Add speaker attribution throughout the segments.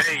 Speaker 1: Hey,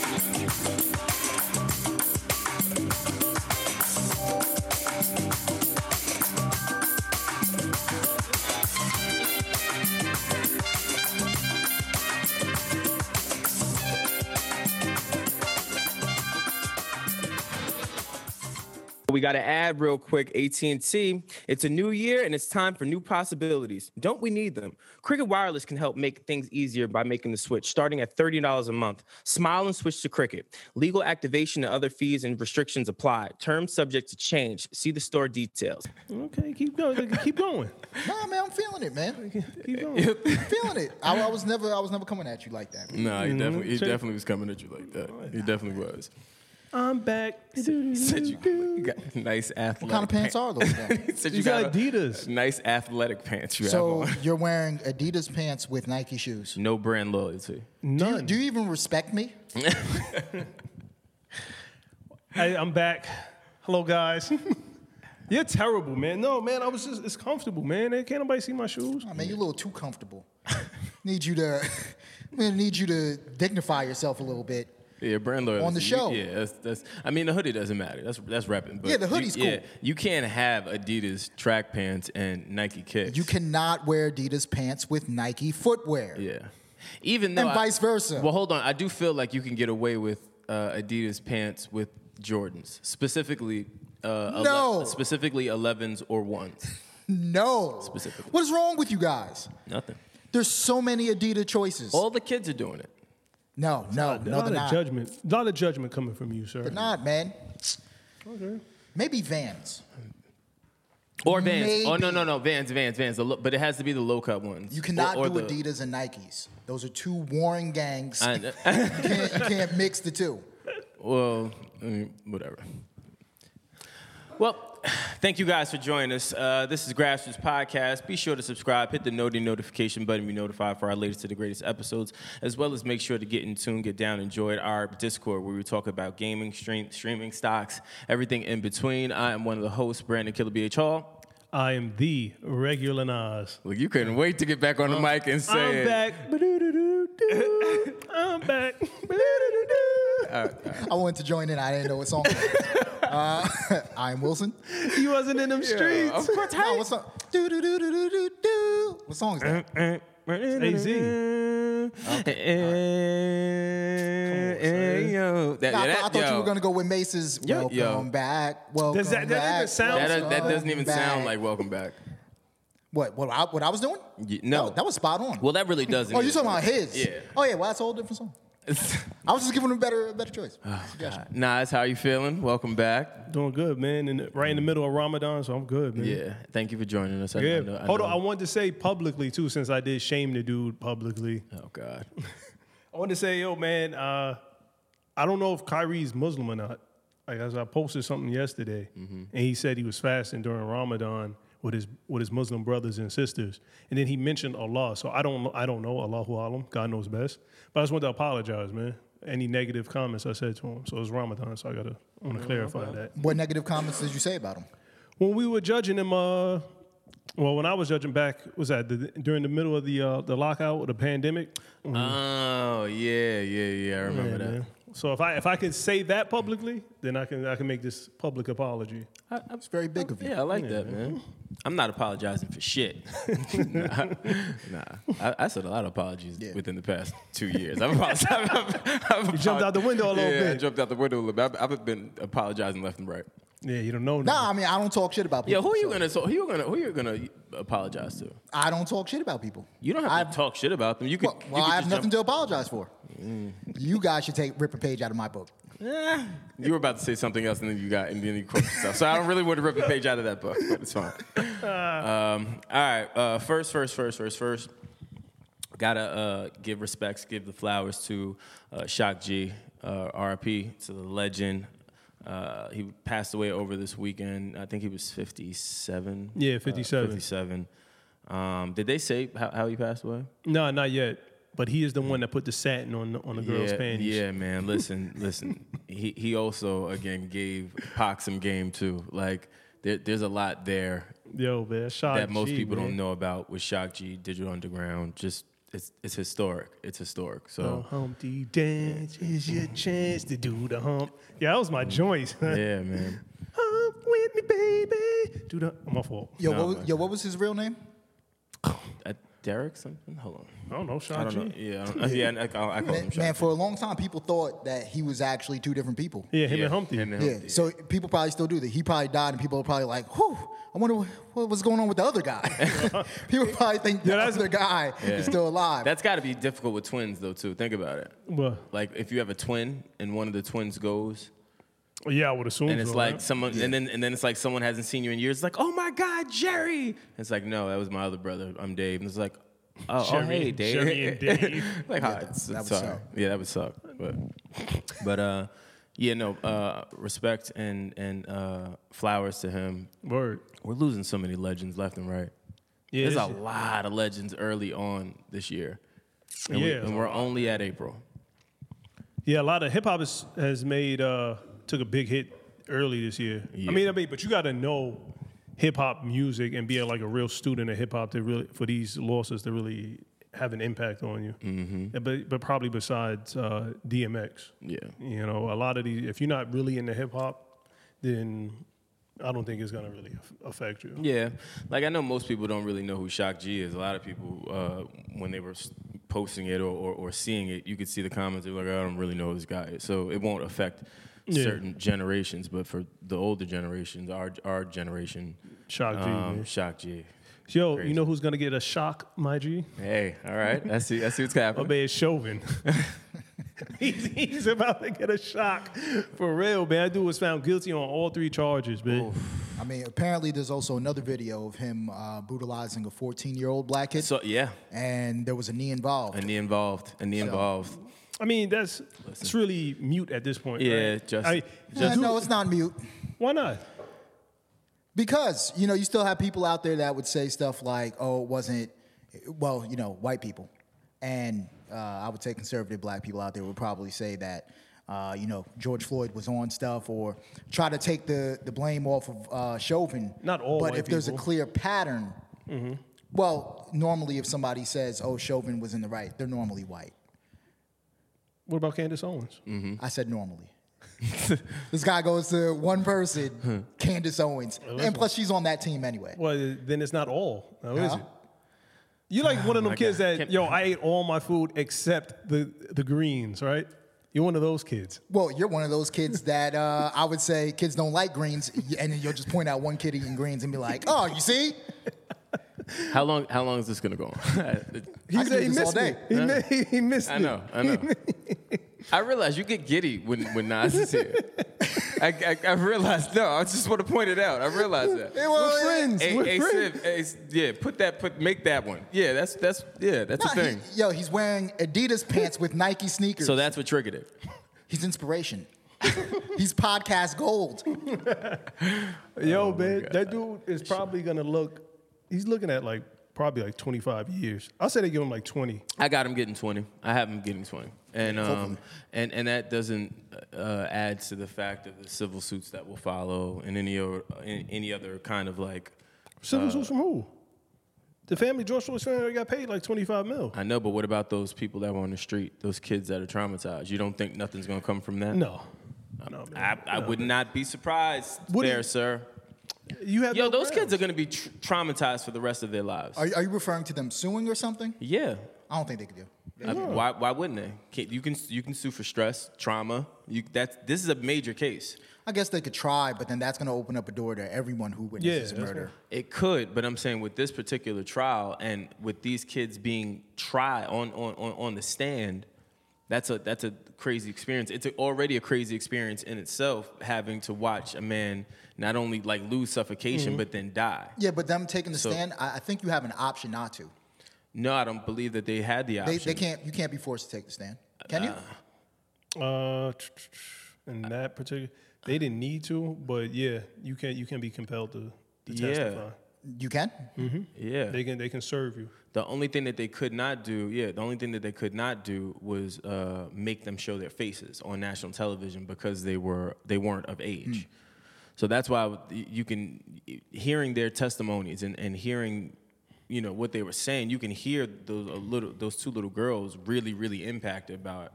Speaker 2: We got to add real quick AT&T. It's a new year and it's time for new possibilities. Don't we need them? Cricket Wireless can help make things easier by making the switch starting at $30 a month. Smile and switch to Cricket. Legal activation and other fees and restrictions apply. Terms subject to change. See the store details.
Speaker 3: Okay, keep going. Keep going.
Speaker 4: Nah, man, I'm feeling it, man.
Speaker 3: Keep going.
Speaker 4: feeling it. I, I was never, I was never coming at you like that. Man.
Speaker 5: Nah, he definitely he definitely was coming at you like that. He definitely was.
Speaker 3: I'm back.
Speaker 5: Said you, you got nice athletic.
Speaker 4: What kind of pants are those? Then?
Speaker 5: Said you
Speaker 3: These
Speaker 5: got
Speaker 3: are
Speaker 5: a
Speaker 3: Adidas.
Speaker 5: nice athletic pants you
Speaker 4: so
Speaker 5: have on.
Speaker 4: you're wearing Adidas pants with Nike shoes.
Speaker 5: No brand loyalty.
Speaker 4: Do you,
Speaker 3: None.
Speaker 4: do you even respect me?
Speaker 3: Hey, I'm back. Hello, guys. You're terrible, man. No, man, I was just, it's comfortable, man. Hey, Can't nobody see my shoes?
Speaker 4: Oh, man, you're a little too comfortable. need you to, I'm gonna need you to dignify yourself a little bit.
Speaker 5: Yeah, brand loyalty
Speaker 4: the
Speaker 5: You-
Speaker 4: show.
Speaker 5: yeah, that's, that's. I mean, the hoodie doesn't matter. That's that's rapping. But
Speaker 4: Yeah, the hoodie's
Speaker 5: you, yeah,
Speaker 4: cool.
Speaker 5: You can't have Adidas track pants and Nike kicks.
Speaker 4: You cannot wear Adidas pants with Nike footwear.
Speaker 5: Yeah. Even though
Speaker 4: And
Speaker 5: I-
Speaker 4: vice versa.
Speaker 5: Well, hold on. I do feel like you can get away with uh, Adidas pants with Jordans, specifically. Uh, ele-
Speaker 4: No.
Speaker 5: specifically 11s or ones.
Speaker 4: No.
Speaker 5: Specifically.
Speaker 4: What is wrong with you guys?
Speaker 5: Nothing.
Speaker 4: There's so many Adidas choices.
Speaker 5: All the kids are doing it.
Speaker 4: no,
Speaker 3: a
Speaker 4: no, no,
Speaker 3: lot
Speaker 4: they're
Speaker 3: of
Speaker 4: not.
Speaker 3: judgment. A lot of judgment coming from you, sir.
Speaker 4: They're not, man.
Speaker 3: Okay.
Speaker 4: Maybe Vans.
Speaker 5: Or Vans. Oh
Speaker 4: Maybe.
Speaker 5: no no no Vans Vans Vans. The lo- but it has to be the low cut ones.
Speaker 4: You cannot
Speaker 5: or, or
Speaker 4: do
Speaker 5: the-
Speaker 4: Adidas and Nikes. Those are two warring gangs.
Speaker 5: I
Speaker 4: you,
Speaker 5: know.
Speaker 4: can't, you can't mix the two.
Speaker 5: Well, I mean, whatever. Well, thank you guys for joining us. Uh, this is Grassroots Podcast. Be sure to subscribe, hit the noti notification button, to be notified for our latest to the greatest episodes, as well as make sure to get in tune, get down, enjoy our Discord where we talk about gaming, stream, streaming, stocks, everything in between. I am one of the hosts, Brandon Killer BH Hall.
Speaker 3: I am the regular Nas.
Speaker 5: Look, you couldn't wait to get back on the mic and say
Speaker 3: I'm
Speaker 5: it.
Speaker 3: back. Ba-do-do-do-do. I'm back. Ba-do-do-do.
Speaker 4: I wanted to join in. I didn't know what song. uh, I'm Wilson.
Speaker 3: You wasn't in them streets.
Speaker 4: Of course, no, what song? Do do do do do do do. What song
Speaker 5: Uh,
Speaker 4: is that?
Speaker 3: AZ.
Speaker 5: Hey, yo. That,
Speaker 4: Nah, I,
Speaker 5: yeah,
Speaker 4: thought- I
Speaker 5: that-
Speaker 4: thought you
Speaker 5: yo.
Speaker 4: were gonna go with Mace's
Speaker 5: Yo,
Speaker 4: "Welcome
Speaker 5: yo.
Speaker 4: Back." Welcome
Speaker 3: Does that- that
Speaker 4: back.
Speaker 3: even sound-
Speaker 5: That, does, that doesn't
Speaker 4: welcome
Speaker 5: even
Speaker 4: back.
Speaker 5: sound like welcome back.
Speaker 4: what? What I, what I was doing?
Speaker 5: Y- no.
Speaker 4: that, that was spot on.
Speaker 5: Well, that really doesn't.
Speaker 4: oh, you
Speaker 5: either.
Speaker 4: talking about his?
Speaker 5: Yeah.
Speaker 4: Oh yeah, well that's a whole different song. I was just giving him a better, a better choice.
Speaker 5: Oh,
Speaker 4: Suggestion.
Speaker 5: Nas, how you feeling? Welcome back.
Speaker 3: Doing good, man. And right in the middle of Ramadan, so I'm good, man.
Speaker 5: Yeah, thank you for joining us. I- I
Speaker 3: Yeah.
Speaker 5: know- I
Speaker 3: Hold
Speaker 5: know-
Speaker 3: on. I wanted to say publicly too, since I did shame the dude publicly.
Speaker 5: oh God.
Speaker 3: I want to say, yo, man, uh, I don't know if Kyrie's Muslim or not. Like as I posted something yesterday, and he said he was fasting during Ramadan with his with his Muslim brothers and sisters, and then he mentioned Allah. So I don't I don't know Allahu Alam. God knows best. But I just want to apologize, man. Any negative comments I said to him. So it's Ramadan, so I gotta I want to clarify that.
Speaker 4: What negative comments did you say about him?
Speaker 3: When we were judging him, uh, well, when I was judging back, was that the, during the middle of the uh, the lockout or the pandemic?
Speaker 5: Oh yeah, yeah, yeah. I remember
Speaker 3: Yeah,
Speaker 5: that.
Speaker 3: man. uh, So if I if I can say that publicly, then I can I can make this public apology.
Speaker 4: It's very big of you.
Speaker 5: Yeah, I like that, man. I'm not apologizing for shit. nah, nah. I, I said a lot of apologies within the past two years. I've apologized. you
Speaker 3: jumped out the window a little
Speaker 5: Yeah, I
Speaker 3: bit.
Speaker 5: jumped out the window a little bit. I've, I've been apologizing left and right.
Speaker 3: Yeah, you don't know.
Speaker 4: Nah, I mean I don't talk shit about
Speaker 5: Yeah,
Speaker 4: people.
Speaker 5: who are you gonna so, who you gonna who you gonna apologize to?
Speaker 4: I don't talk shit about people.
Speaker 5: You don't have
Speaker 4: I've-
Speaker 5: to talk shit about them. You could.
Speaker 4: Well, well,
Speaker 5: you could
Speaker 4: I have
Speaker 5: just
Speaker 4: nothing
Speaker 5: jump- Mm.
Speaker 4: to apologize for. You guys should take rip a page out of my book.
Speaker 5: You were about to say something else, and then you got and then you quote yourself. So I don't really want to rip the page out of that book, but it's fine. Um, all right, uh, first, first, first, first, first. Gotta uh, give respects, give the flowers to uh, Shock G, uh, RIP to the legend. Uh, he passed away over this weekend. I think he was 57.
Speaker 3: Yeah,
Speaker 5: uh,
Speaker 3: 57.
Speaker 5: 57. Um, did they say how, how he passed away?
Speaker 3: No, not yet. But he is the one that put the satin on the, on the girl's
Speaker 5: yeah,
Speaker 3: panties.
Speaker 5: Yeah, man. Listen, listen. He he also again gave Pac some game too. Like there, there's a lot there
Speaker 3: Yo, man, shot
Speaker 5: that most
Speaker 3: G,
Speaker 5: people
Speaker 3: Ah, man.
Speaker 5: don't know about with Shock G, Digital Underground. Just it's it's historic. It's historic.
Speaker 3: The
Speaker 5: So
Speaker 3: Humpty dance is your chance to do the hump. Yeah, that was my choice.
Speaker 5: yeah, man.
Speaker 3: hump with me, baby. Do the. oh, My fault.
Speaker 4: Yo,
Speaker 5: No,
Speaker 4: what
Speaker 5: man.
Speaker 4: was, yo, what was his real name?
Speaker 5: Uh, Derek something. Hold on.
Speaker 3: I don't know,
Speaker 5: I
Speaker 3: Shot
Speaker 5: don't
Speaker 3: G.
Speaker 5: know. Yeah, I don't, yeah. I, I, I call him
Speaker 4: Man,
Speaker 5: Shock.
Speaker 4: man,
Speaker 5: G.
Speaker 4: for a long time, people thought that he was actually two different people.
Speaker 3: Yeah, him
Speaker 5: yeah,
Speaker 3: and Humpty.
Speaker 5: him and
Speaker 4: Yeah, so people probably still do that. He probably died, and people are probably like, "Whew, I wonder wh- what was going on with the other guy." people probably think the
Speaker 3: Yeah, that's-
Speaker 4: other guy
Speaker 5: Yeah.
Speaker 4: is still alive.
Speaker 5: That's got to be difficult with twins though too. Think about it.
Speaker 3: Well,
Speaker 5: Like if you have a twin and one of the twins goes,
Speaker 3: yeah, I would assume.
Speaker 5: and it's
Speaker 3: so,
Speaker 5: like
Speaker 3: right?
Speaker 5: someone, and then and then it's like someone hasn't seen you in years. It's like, oh my God, Jerry! it's like, no, that was my other brother. I'm Dave. And it's like, oh, oh,
Speaker 3: Jerry,
Speaker 5: hey, Dave.
Speaker 3: Jerry and Dave.
Speaker 5: like, hi.
Speaker 4: that-
Speaker 5: it's-
Speaker 4: that would
Speaker 5: sorry.
Speaker 4: suck.
Speaker 5: Yeah, that would suck. But, but uh, yeah, no, uh, respect and and uh, flowers to him.
Speaker 3: Word.
Speaker 5: We're losing so many legends left and right.
Speaker 3: Yeah,
Speaker 5: There's a
Speaker 3: it's-
Speaker 5: lot of legends early on this year, and, we,
Speaker 3: Yeah.
Speaker 5: and we're only at April.
Speaker 3: Yeah, a lot of hip hop has, has made uh took a big hit early this year. I mean, I mean, but you got to know hip hop music and be like a real student of hip hop to really for these losses to really have an impact on you. Mm-hmm. But but probably besides uh, DMX,
Speaker 5: Yeah.
Speaker 3: you know, a lot of these. If you're not really into hip hop, then I don't think it's gonna really aff- affect you.
Speaker 5: Yeah, like I know most people don't really know who Shock G is. A lot of people, uh, when they were s- posting it or, or, or seeing it, you could see the comments. They were like, "I don't really know who this guy." Is. So it won't affect
Speaker 3: Yeah.
Speaker 5: certain generations, but for the older generations, our our generation,
Speaker 3: Shock G,
Speaker 5: um,
Speaker 3: man.
Speaker 5: Shock G.
Speaker 3: Yo,
Speaker 5: crazy.
Speaker 3: you know who's gonna get a shock, my G?
Speaker 5: Hey, all right, I see, I see what's
Speaker 3: My
Speaker 5: happening.
Speaker 3: man Chauvin. he's, he's about to get a shock. For real, man. That dude was found guilty on all three charges, man.
Speaker 4: I mean, apparently, there's also another video of him uh, brutalizing a 14 year old black kid,
Speaker 5: So yeah,
Speaker 4: and there was a knee involved.
Speaker 5: and the involved, and the involved.
Speaker 3: I mean, that's it's really mute at this point.
Speaker 5: Yeah,
Speaker 3: right?
Speaker 5: just-
Speaker 3: I-
Speaker 4: Eh, no, it's not mute.
Speaker 3: why not?
Speaker 4: Because you know, you still have people out there that would say stuff like, "Oh, it wasn't." Well, you know, white people, and uh, I would say conservative black people out there would probably say that, uh, you know, George Floyd was on stuff, or try to take the the blame off of uh, Chauvin.
Speaker 3: Not all
Speaker 4: but
Speaker 3: white
Speaker 4: if there's a
Speaker 3: people. Mm-hmm.
Speaker 4: clear pattern, well, normally if somebody says, "Oh, Chauvin was in the right," they're normally white.
Speaker 3: What about Candace Owens?
Speaker 5: Mm.
Speaker 4: I said normally. this guy goes to one person, Candace Owens, and plus she's on that team anyway.
Speaker 3: Well, then it's not all. Now, is
Speaker 4: Huh?
Speaker 3: it? You're like one of them kids that, yo, I ate all my food except the, the greens, right? You're one of those kids.
Speaker 4: Well, you're one of those kids that uh, I would say kids don't like greens, and then you'll just point out one kid eating greens and be like, "Oh, you see?"
Speaker 5: How long? How long is this gonna go on?
Speaker 4: I could do this all day.
Speaker 3: He, mi- he, missed
Speaker 5: I
Speaker 3: it.
Speaker 5: know, I know. I realize you get giddy when, when Nas is here. I, I, I realized, no, I just want to point it out. I realize that.
Speaker 3: We're friends.
Speaker 5: Hey,
Speaker 3: We're
Speaker 5: hey,
Speaker 3: friends.
Speaker 5: Siv, hey, s- yeah, put that, put, make that one. Yeah, that's, that's, yeah, that's a
Speaker 4: Nah,
Speaker 5: thing.
Speaker 4: he- yo, he's wearing Adidas pants with Nike sneakers.
Speaker 5: So that's what triggered it.
Speaker 4: he's inspiration. he's podcast gold.
Speaker 3: Yo,
Speaker 5: Oh
Speaker 3: man, that dude is probably gonna look. He's looking at like probably like 25 years. I say they give him like 20.
Speaker 5: I got him getting 20. I have him getting 20. And, um, and, and that doesn't uh, add to the fact of the civil suits that will follow and any, or, any any other kind of like,
Speaker 3: Civil suits from who? The family George Floyd's family already got paid like 25 mil.
Speaker 5: I know, but what about those people that were on the street, those kids that are traumatized? You don't think nothing's going to come from that?
Speaker 3: No, no,
Speaker 5: I,
Speaker 3: man.
Speaker 5: I would not be surprised
Speaker 3: What do
Speaker 5: there,
Speaker 3: you-
Speaker 5: sir.
Speaker 3: you have
Speaker 5: Yo,
Speaker 3: no
Speaker 5: those
Speaker 3: grounds.
Speaker 5: kids are gonna be tr- traumatized for the rest of their lives.
Speaker 4: Are, are you referring to them suing or something?
Speaker 5: yeah.
Speaker 4: I don't think they could do.
Speaker 5: I- why, why wouldn't they? Can, you can you can sue for stress, trauma. You, that's this is a major case.
Speaker 4: I guess they could try, but then that's going to open up a door to everyone who witnesses
Speaker 3: Yeah,
Speaker 4: a
Speaker 3: that's
Speaker 4: murder.
Speaker 5: It could, but I'm saying with this particular trial and with these kids being tried on on, on, on the stand, that's a that's a crazy experience. It's a, already a crazy experience in itself having to watch a man not only like lose suffocation but then die.
Speaker 4: Yeah, but them taking the
Speaker 5: So-
Speaker 4: stand, I, I think you have an option not to.
Speaker 5: No, I don't believe that they had the
Speaker 4: They,
Speaker 5: option.
Speaker 4: they can't. You can't be forced to take the stand. Can you?
Speaker 3: Uh, tch, tch, tch, in that particular, they didn't need to, but yeah, you can you can be compelled to, to testify.
Speaker 4: You can?
Speaker 5: Yeah.
Speaker 3: They can they can serve you.
Speaker 5: The only thing that they could not do, yeah, the only thing that they could not do was uh, make them show their faces on national television because they were they weren't of age. So that's why I would- you can hearing their testimonies and, and hearing, you know, what they were saying. You can hear those a little those two little girls really really impacted about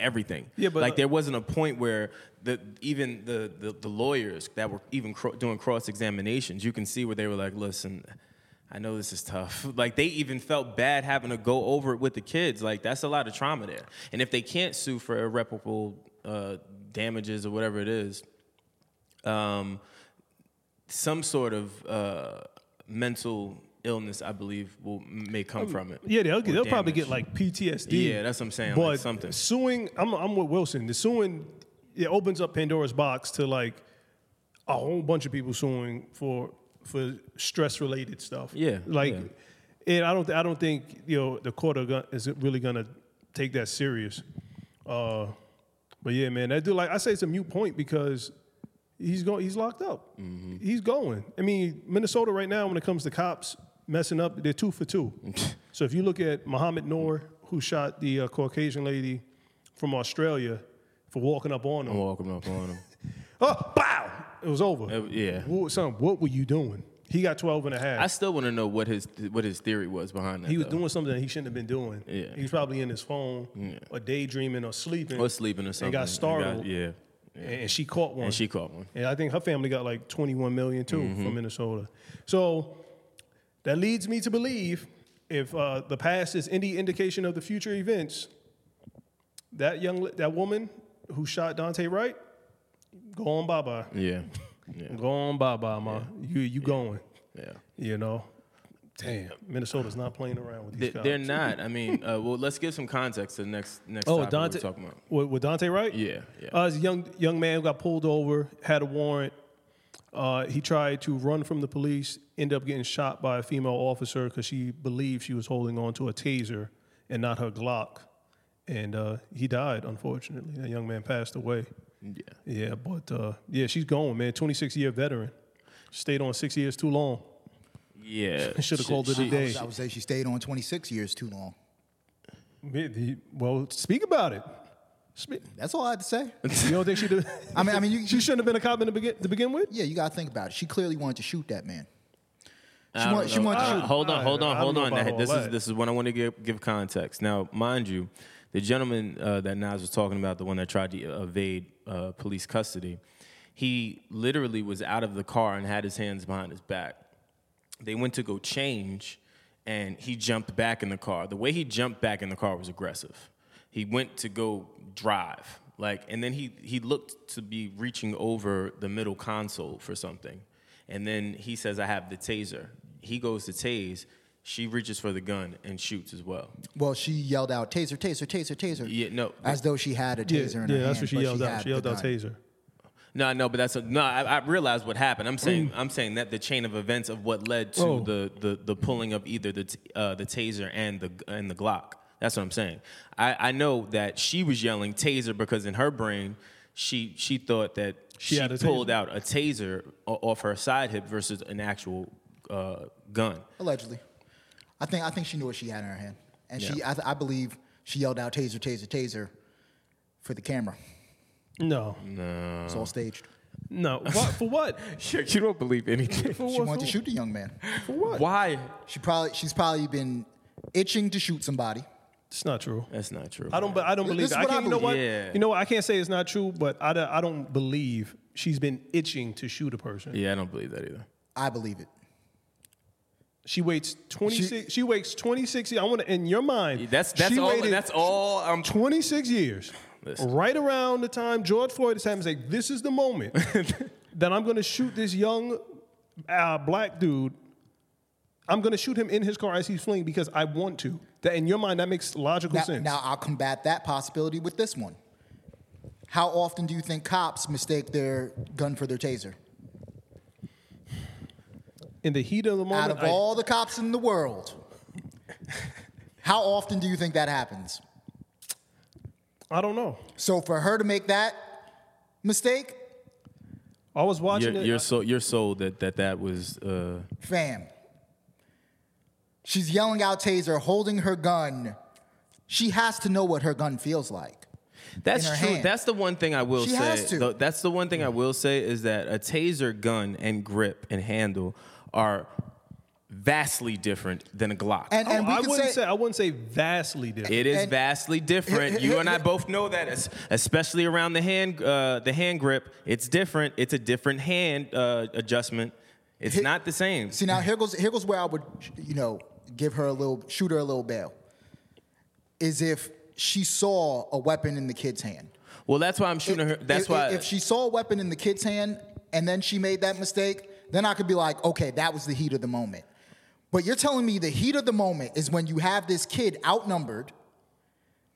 Speaker 5: everything.
Speaker 3: Yeah, but,
Speaker 5: like
Speaker 3: uh,
Speaker 5: there wasn't a point where the even the the, the lawyers that were even cro- doing cross examinations, you can see where they were like, listen. I know this is tough. Like they even felt bad having to go over it with the kids. Like that's a lot of trauma there. And if they can't sue for irreparable uh, damages or whatever it is, um, some sort of uh, mental illness, I believe, will may come from it.
Speaker 3: Um, Yeah, they'll,
Speaker 5: Or
Speaker 3: get, they'll probably
Speaker 5: damage.
Speaker 3: get like PTSD.
Speaker 5: Yeah, that's what I'm saying,
Speaker 3: But
Speaker 5: like something.
Speaker 3: suing, I'm, I'm with Wilson. The suing, it opens up Pandora's box to like a whole bunch of people suing for for stress related stuff.
Speaker 5: Yeah,
Speaker 3: like,
Speaker 5: yeah.
Speaker 3: and I don't I don't think you know the court are gon- is really gonna take that serious. Uh, but yeah, man, that dude, like I say, it's a mute point because he's going, he's locked up. He's going. I mean, Minnesota right now, when it comes to cops messing up, they're two for two. so if you look at Muhammad Noor, who shot the uh, Caucasian lady from Australia for walking up on him,
Speaker 5: Walking up on them.
Speaker 3: oh, bow, it was over.
Speaker 5: Uh, yeah.
Speaker 3: What, son, what were you doing? He got 12 and a half.
Speaker 5: I still want to know what his what his theory was behind that.
Speaker 3: he was
Speaker 5: though.
Speaker 3: doing something that he shouldn't have been doing.
Speaker 5: Yeah.
Speaker 3: He was probably in his phone or daydreaming or sleeping.
Speaker 5: or sleeping or something.
Speaker 3: got startled.
Speaker 5: yeah.
Speaker 3: And she caught one.
Speaker 5: And she caught one. Mm-hmm.
Speaker 3: And I think her family got like 21 million too from Minnesota. So that leads me to believe if uh, the past is any indication of the future events, that young li- that woman who shot Dante Wright, go on bye bye.
Speaker 5: Yeah. Yeah.
Speaker 3: Go on bye bye, ma. You you going.
Speaker 5: Yeah.
Speaker 3: You know. Damn. Minnesota's not playing around with
Speaker 5: They,
Speaker 3: these guys.
Speaker 5: they're not. I mean, uh, well, let's give some context to the next next
Speaker 3: Oh,
Speaker 5: topic
Speaker 3: Dante
Speaker 5: we're talking about.
Speaker 3: With, with Dante Wright?
Speaker 5: Yeah, yeah.
Speaker 3: Uh, it's a young young man who got pulled over, had a warrant. Uh, he tried to run from the police, ended up getting shot by a female officer because she believed she was holding on to a taser and not her Glock. And uh, he died, unfortunately. That young man passed away.
Speaker 5: Yeah.
Speaker 3: Yeah, but uh, yeah, she's going, man. 26 year veteran. Stayed on six years too long.
Speaker 5: Yeah.
Speaker 3: Shoulda
Speaker 5: She-
Speaker 3: called it a
Speaker 5: she-
Speaker 3: day.
Speaker 4: I would say she stayed on 26 years too long.
Speaker 3: Well, speak about it. Speak.
Speaker 4: That's all I had to say.
Speaker 3: You don't think she did?
Speaker 4: I mean, I mean, you,
Speaker 3: she
Speaker 4: you-
Speaker 3: shouldn't have been a cop in the begin, to begin with?
Speaker 4: yeah, you gotta think about it. She clearly wanted to shoot that man. She,
Speaker 5: I
Speaker 4: wa-
Speaker 5: don't
Speaker 4: she
Speaker 5: know.
Speaker 4: wanted to
Speaker 5: Uh,
Speaker 4: shoot.
Speaker 5: Hold on, hold
Speaker 3: I
Speaker 5: on,
Speaker 3: don't
Speaker 5: hold
Speaker 3: know
Speaker 5: on.
Speaker 3: about
Speaker 5: Now,
Speaker 3: all
Speaker 5: This is
Speaker 3: that.
Speaker 5: this is what I want to give give context. Now, mind you, the gentleman uh, that Nas was talking about, the one that tried to evade uh, police custody, he literally was out of the car and had his hands behind his back. They went to go change, and he jumped back in the car. The way he jumped back in the car was aggressive. He went to go drive, like, and then he he looked to be reaching over the middle console for something. And then he says, I have the taser. He goes to tase. She reaches for the gun and shoots as well.
Speaker 4: Well, she yelled out, "Taser, taser, taser, taser!"
Speaker 5: Yeah, no.
Speaker 4: as though she had a taser in her hand.
Speaker 3: that's what she
Speaker 4: but
Speaker 3: yelled out.
Speaker 4: had
Speaker 3: She
Speaker 4: the
Speaker 3: yelled out
Speaker 4: gun.
Speaker 3: taser.
Speaker 5: No, no, but that's a, no. I, I realize what happened. I'm saying I'm saying that the chain of events of what led to
Speaker 3: Mm. Oh.
Speaker 5: the, the the pulling of either the t- uh, the taser and the and the Glock. That's what I'm saying. I, I know that she was yelling taser because in her brain she she thought that she,
Speaker 3: had a taser.
Speaker 5: pulled out a taser o- off her side hip versus an actual uh, gun.
Speaker 4: Allegedly, I think I think she knew what she had in her hand, and she I, th- I believe she yelled out, "Taser, taser, taser," for the camera.
Speaker 3: No,
Speaker 4: It's
Speaker 5: Uh.
Speaker 4: all staged.
Speaker 3: no. What for? What?
Speaker 5: you don't believe anything.
Speaker 3: For
Speaker 4: She
Speaker 3: what?
Speaker 4: wanted to shoot the young man.
Speaker 3: For what?
Speaker 5: Why?
Speaker 4: She probably she's probably been itching to shoot somebody.
Speaker 3: It's not true.
Speaker 5: That's not true.
Speaker 3: I don't. I don't
Speaker 4: This
Speaker 3: believe.
Speaker 4: is
Speaker 3: it. I
Speaker 4: what I
Speaker 3: can't. You know
Speaker 4: believe.
Speaker 3: what?
Speaker 5: Yeah.
Speaker 3: You know what? I can't say it's not true, but I, don't- I don't believe she's been itching to shoot a person.
Speaker 5: Yeah, I don't believe that either.
Speaker 4: I believe it.
Speaker 3: She waits twenty six. She, waits twenty six. I want to in your mind.
Speaker 5: That's that's
Speaker 3: she
Speaker 5: all.
Speaker 3: waited
Speaker 5: That's all. I'm.
Speaker 3: twenty six years.
Speaker 5: Listen.
Speaker 3: Right around the time George Floyd is having, like, this is the moment that I'm going to shoot this young uh, black dude. I'm going to shoot him in his car as he's fleeing because I want to. That in your mind, that makes logical
Speaker 4: Now,
Speaker 3: sense.
Speaker 4: now I'll combat that possibility with this one. How often do you think cops mistake their gun for their taser?
Speaker 3: in the heat of the moment,
Speaker 4: Out of
Speaker 3: I-
Speaker 4: all the cops in the world, how often do you think that happens?
Speaker 3: I don't know.
Speaker 4: So for her to make that mistake,
Speaker 3: I was watching
Speaker 5: You're,
Speaker 3: it.
Speaker 5: you're so you're sold that that that was uh,
Speaker 4: Fam. She's yelling out taser, holding her gun. She has to know what her gun feels like.
Speaker 5: That's
Speaker 4: in her
Speaker 5: true.
Speaker 4: hand.
Speaker 5: That's the one thing I will
Speaker 4: She
Speaker 5: say.
Speaker 4: has to.
Speaker 5: though- That's the one thing I will say is that a taser gun and grip and handle are vastly different than a Glock.
Speaker 4: And,
Speaker 3: I,
Speaker 4: and we
Speaker 3: Oh, I
Speaker 4: can
Speaker 3: wouldn't
Speaker 4: say,
Speaker 3: say, I wouldn't say vastly different.
Speaker 5: it is
Speaker 4: and-
Speaker 5: vastly different. You and I both know that, es- especially around the hand, uh, the hand grip. It's different. It's a different hand uh, adjustment. It's not the same.
Speaker 4: See now here goes here goes where I would you know give her a little shoot her a little bail. Is if she saw a weapon in the kid's hand.
Speaker 5: Well, that's why I'm shooting her.
Speaker 4: If-
Speaker 5: That's
Speaker 4: if,
Speaker 5: why.
Speaker 4: if she saw a weapon in the kid's hand and then she made that mistake, then I could be like, okay, that was the heat of the moment. But you're telling me the heat of the moment is when you have this kid outnumbered.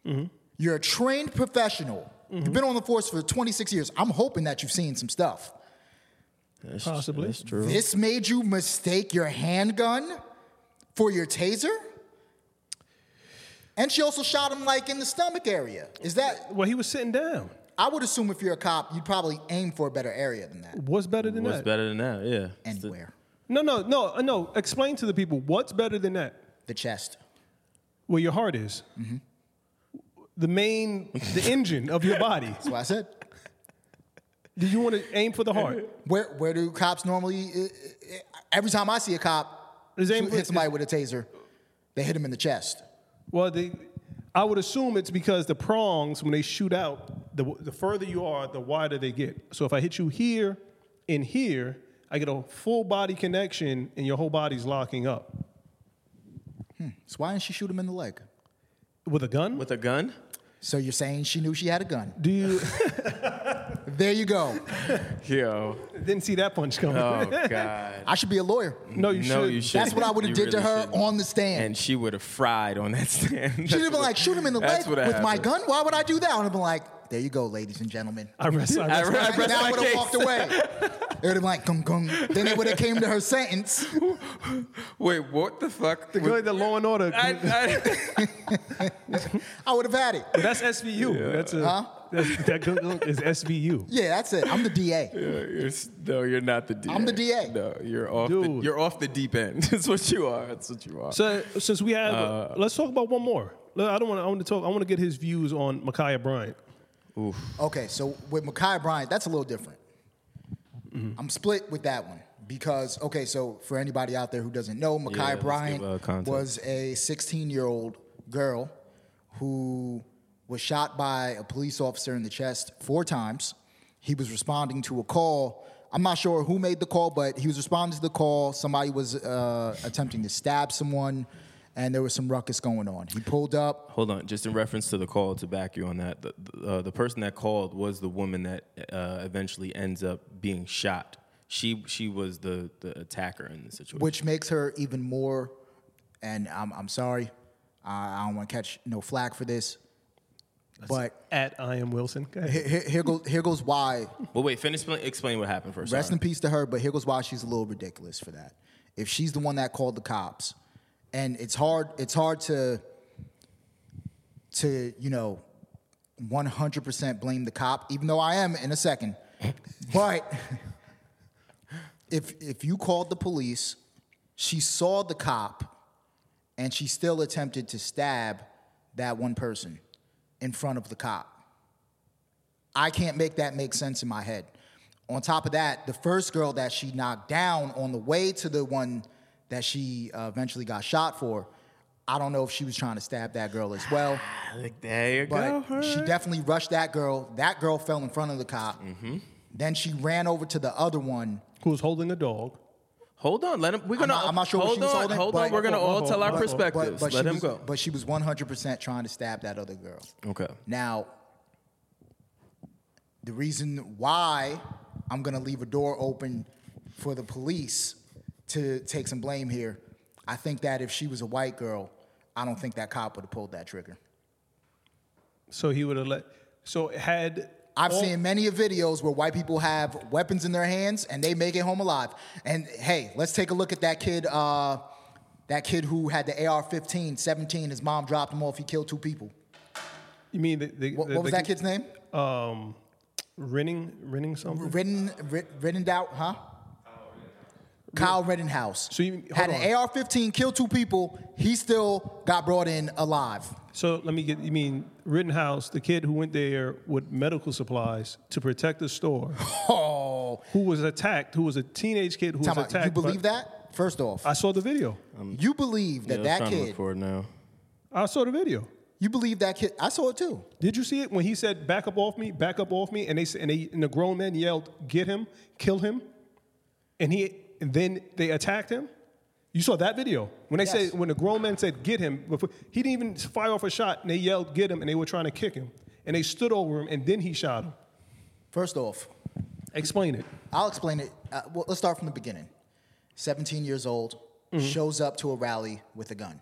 Speaker 5: Mm-hmm.
Speaker 4: You're a trained professional. You've been on the force for 26 years. I'm hoping that you've seen some stuff.
Speaker 3: Possibly.
Speaker 5: That's true.
Speaker 4: This made you mistake your handgun for your taser? And she also shot him like in the stomach area. Is that
Speaker 3: Well, he was sitting down.
Speaker 4: I would assume if you're a cop, you'd probably aim for a better area than that.
Speaker 3: What's better than
Speaker 5: What's
Speaker 3: that?
Speaker 5: better than that? Yeah.
Speaker 4: And where?
Speaker 3: No, no, no, uh, no. Explain to the people what's better than that.
Speaker 4: The chest.
Speaker 3: Where your heart is.
Speaker 5: Mm-hmm.
Speaker 3: The main, the engine of your body.
Speaker 4: That's what I said.
Speaker 3: Do you want to aim for the heart?
Speaker 4: Where where do cops normally uh, uh, every time I see a cop
Speaker 3: Is aim
Speaker 4: shoot-
Speaker 3: for,
Speaker 4: hit somebody with a taser, they hit him in the chest.
Speaker 3: Well, they, I would assume it's because the prongs, when they shoot out, the, the further you are, the wider they get. So if I hit you here and here, I get a full body connection and your whole body's locking up.
Speaker 4: So why didn't she shoot him in the leg?
Speaker 3: With a gun?
Speaker 5: With a gun?
Speaker 4: So you're saying she knew she had a gun.
Speaker 3: Do you
Speaker 4: There you go.
Speaker 5: Yo.
Speaker 3: didn't see that punch coming?
Speaker 5: Oh God.
Speaker 4: I should be a lawyer.
Speaker 3: no, you
Speaker 5: no,
Speaker 3: should.
Speaker 5: you should.
Speaker 4: That's what I would have did to her on the stand.
Speaker 5: and she would have fried on that stand.
Speaker 4: She'd have been like, shoot him in the leg
Speaker 5: That's
Speaker 4: with
Speaker 5: what
Speaker 4: my
Speaker 5: happened.
Speaker 4: gun? Why would I do that? I would have been like, there you go, ladies and gentlemen.
Speaker 3: I rest. I
Speaker 5: I
Speaker 3: rest.
Speaker 5: re-
Speaker 4: And
Speaker 5: rest
Speaker 4: then I
Speaker 5: my
Speaker 4: would have
Speaker 5: case.
Speaker 4: walked away. It would have been like, gung, gung. Then it would have came to her sentence.
Speaker 5: Wait, what the fuck?
Speaker 3: Go ahead, the law and order.
Speaker 5: I, I,
Speaker 4: I would have had it.
Speaker 3: that's SVU. That's a. That's, that gung gung is SVU.
Speaker 4: Yeah, that's it. I'm the DA.
Speaker 5: you're, s- no, you're not the DA.
Speaker 4: I'm the DA.
Speaker 5: No, you're off. The,
Speaker 3: Dude.
Speaker 5: you're off the deep end. That's what you are. That's what you are.
Speaker 3: So since we have, let's talk about one more. I don't want. to. I want to talk. I want to get his views on Micaiah Bryant.
Speaker 4: Okay, so with Makai Bryant, that's a little different.
Speaker 5: Mm-hmm.
Speaker 4: I'm split with that one because, okay, so for anybody out there who doesn't know, Makai
Speaker 5: let's give,
Speaker 4: Bryant
Speaker 5: uh, context.
Speaker 4: was a 16 year old girl who was shot by a police officer in the chest four times. He was responding to a call. I'm not sure who made the call, but he was responding to the call. Somebody was uh, attempting to stab someone, and there was some ruckus going on. He pulled up.
Speaker 5: Hold on, just in reference to the call to back you on that, the, the, uh, the person that called was the woman that uh, eventually ends up being shot. She she was the, the attacker in the situation.
Speaker 4: which makes her even more. And I'm I'm sorry, I, I don't want to catch no flack for this, but
Speaker 3: At I am Wilson. Go ahead.
Speaker 4: he- he- here goes here goes why.
Speaker 5: well, wait, finish explain, explain what happened first.
Speaker 4: Rest
Speaker 5: sorry.
Speaker 4: in peace to her, but here goes why she's a little ridiculous for that. If she's the one that called the cops, and it's hard it's hard to to you know 100% blame the cop, even though I am in a second, but. if if you called the police, she saw the cop, and she still attempted to stab that one person in front of the cop. I can't make that make sense in my head. On top of that, the first girl that she knocked down on the way to the one that she uh, eventually got shot for, I don't know if she was trying to stab that girl as well.
Speaker 5: there you
Speaker 4: But
Speaker 5: go.
Speaker 4: she definitely rushed that girl. That girl fell in front of the cop.
Speaker 5: Mm-hmm.
Speaker 4: Then she ran over to the other one
Speaker 3: Who's holding a dog?
Speaker 5: Hold on, let him. We're gonna.
Speaker 4: not- I'm not sure what
Speaker 5: hold
Speaker 4: she was
Speaker 5: on,
Speaker 4: holding,
Speaker 5: hold
Speaker 4: but-
Speaker 5: on. We're gonna all
Speaker 3: But-
Speaker 5: tell our
Speaker 3: but-
Speaker 5: perspectives. let
Speaker 4: she
Speaker 5: him
Speaker 4: was,
Speaker 5: go.
Speaker 4: But she was 100% trying to stab that other girl.
Speaker 5: okay.
Speaker 4: Now, the reason why I'm going to leave a door open for the police to take some blame here, I think that if she was a white girl, I don't think that cop would have pulled that trigger.
Speaker 3: So he would have let. So had
Speaker 4: I've
Speaker 3: all-
Speaker 4: seen many of videos where white people have weapons in their hands and they make it home alive. And hey, let's take a look at that kid. Uh, that kid who had the AR-15, 17, his mom dropped him off. He killed two people.
Speaker 3: You mean the, the,
Speaker 4: What,
Speaker 3: the-
Speaker 4: what was
Speaker 3: the-
Speaker 4: that kid's name?
Speaker 3: Um, Renting, renting something.
Speaker 4: Ridden, rid- ridden out, huh? Kyle Rittenhouse
Speaker 3: So you-
Speaker 4: had
Speaker 3: hold
Speaker 4: an AR-15, killed two people. He still got brought in alive.
Speaker 3: So let me get. You mean Rittenhouse, the kid who went there with medical supplies to protect the store,
Speaker 4: Oh,
Speaker 3: who was attacked, who was a teenage kid who
Speaker 4: Time
Speaker 3: was
Speaker 4: out.
Speaker 3: attacked.
Speaker 4: you believe
Speaker 3: by-
Speaker 4: that? First off,
Speaker 3: I saw the video.
Speaker 4: you believe that that kid.
Speaker 5: for it now.
Speaker 3: I saw the video.
Speaker 4: You believe that kid? I saw it too.
Speaker 3: Did you see it when he said "back up off me, back up off me"? And they s- and they and the grown men yelled, "Get him, kill him," and he and then they attacked him. You saw that video when they
Speaker 4: Yes.
Speaker 3: say when the grown men said, "Get him," before, he didn't even fire off a shot, and they yelled, "Get him!" and they were trying to kick him, and they stood over him, and then he shot him.
Speaker 4: First off,
Speaker 3: Explain it.
Speaker 4: I'll explain it. Uh, well, let's start from the beginning. 17 years old,
Speaker 3: Mm-hmm.
Speaker 4: shows up to a rally with a gun.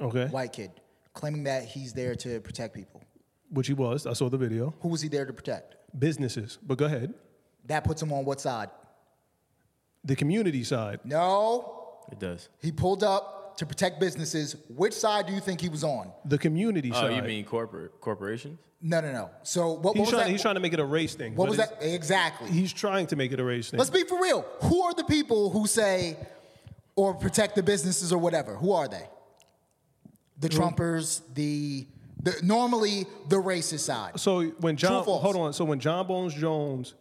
Speaker 3: Okay,
Speaker 4: White kid, claiming that he's there to protect people.
Speaker 3: which he was. I saw the video.
Speaker 4: Who was he there to protect?
Speaker 3: Businesses, but go ahead.
Speaker 4: That puts him on what side?
Speaker 3: The community side.
Speaker 4: No,
Speaker 5: It does.
Speaker 4: he pulled up to protect businesses. Which side do you think he was on?
Speaker 3: The community
Speaker 5: Oh,
Speaker 3: side.
Speaker 5: you mean corporate corporations?
Speaker 4: No, no, no. So what, what
Speaker 3: he's
Speaker 4: was
Speaker 3: trying?
Speaker 4: that?
Speaker 3: He's trying to make it a race thing.
Speaker 4: what
Speaker 3: but
Speaker 4: was
Speaker 3: it's-
Speaker 4: that exactly?
Speaker 3: He's trying to make it a race thing.
Speaker 4: Let's be for real. Who are the people who say or protect the businesses or whatever? Who are they? The Trumpers, the, the normally the racist side.
Speaker 3: So when
Speaker 4: True
Speaker 3: John,
Speaker 4: or false?
Speaker 3: hold on. So when John Bones Jones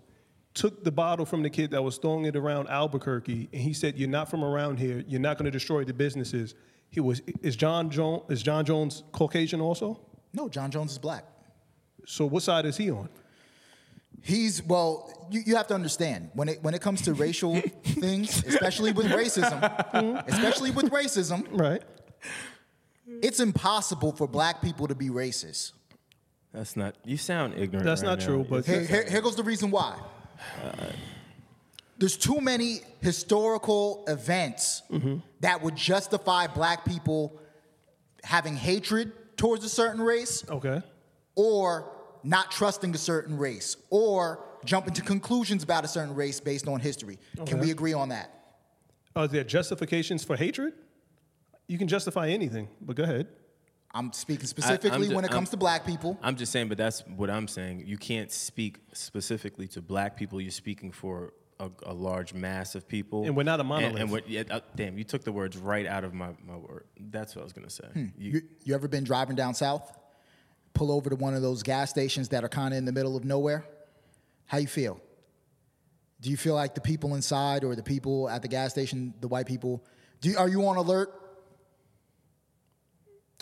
Speaker 3: took the bottle from the kid that was throwing it around Albuquerque, and he said, "You're not from around here. You're not going to destroy the businesses." He was. Is John Jones? Is John Jones Caucasian also?
Speaker 4: No, John Jones is black.
Speaker 3: So what side is he on?
Speaker 4: He's well, you, you have to understand when it when it comes to racial things, especially with racism, especially with racism,
Speaker 3: Right.
Speaker 4: it's impossible for black people to be racist.
Speaker 5: That's not. You sound ignorant.
Speaker 3: That's
Speaker 5: right
Speaker 3: not
Speaker 5: now.
Speaker 3: true, but-
Speaker 4: Here, here- here goes the reason why. There's too many historical events
Speaker 5: Mm-hmm.
Speaker 4: that would justify black people having hatred towards a certain race
Speaker 3: Okay.
Speaker 4: or not trusting a certain race or jumping to conclusions about a certain race based on history. Can we agree on that?
Speaker 3: Are there justifications for hatred? You can justify anything, but go ahead.
Speaker 4: I'm speaking specifically
Speaker 5: ju-
Speaker 4: when it
Speaker 5: I'm-
Speaker 4: comes to black people.
Speaker 5: I'm just saying, but that's what I'm saying. You can't speak specifically to black people. You're speaking for a, a large mass of people.
Speaker 3: And we're not a
Speaker 5: And- And,
Speaker 3: monolith.
Speaker 5: what, yeah, uh, damn, you took the words right out of my, my word. That's what I was going to say.
Speaker 4: Hmm.
Speaker 5: You-
Speaker 4: You, you ever been driving down south? Pull over to one of those gas stations that are kind of in the middle of nowhere? How you feel? Do you feel like the people inside or the people at the gas station, the white people, do you, are you on alert?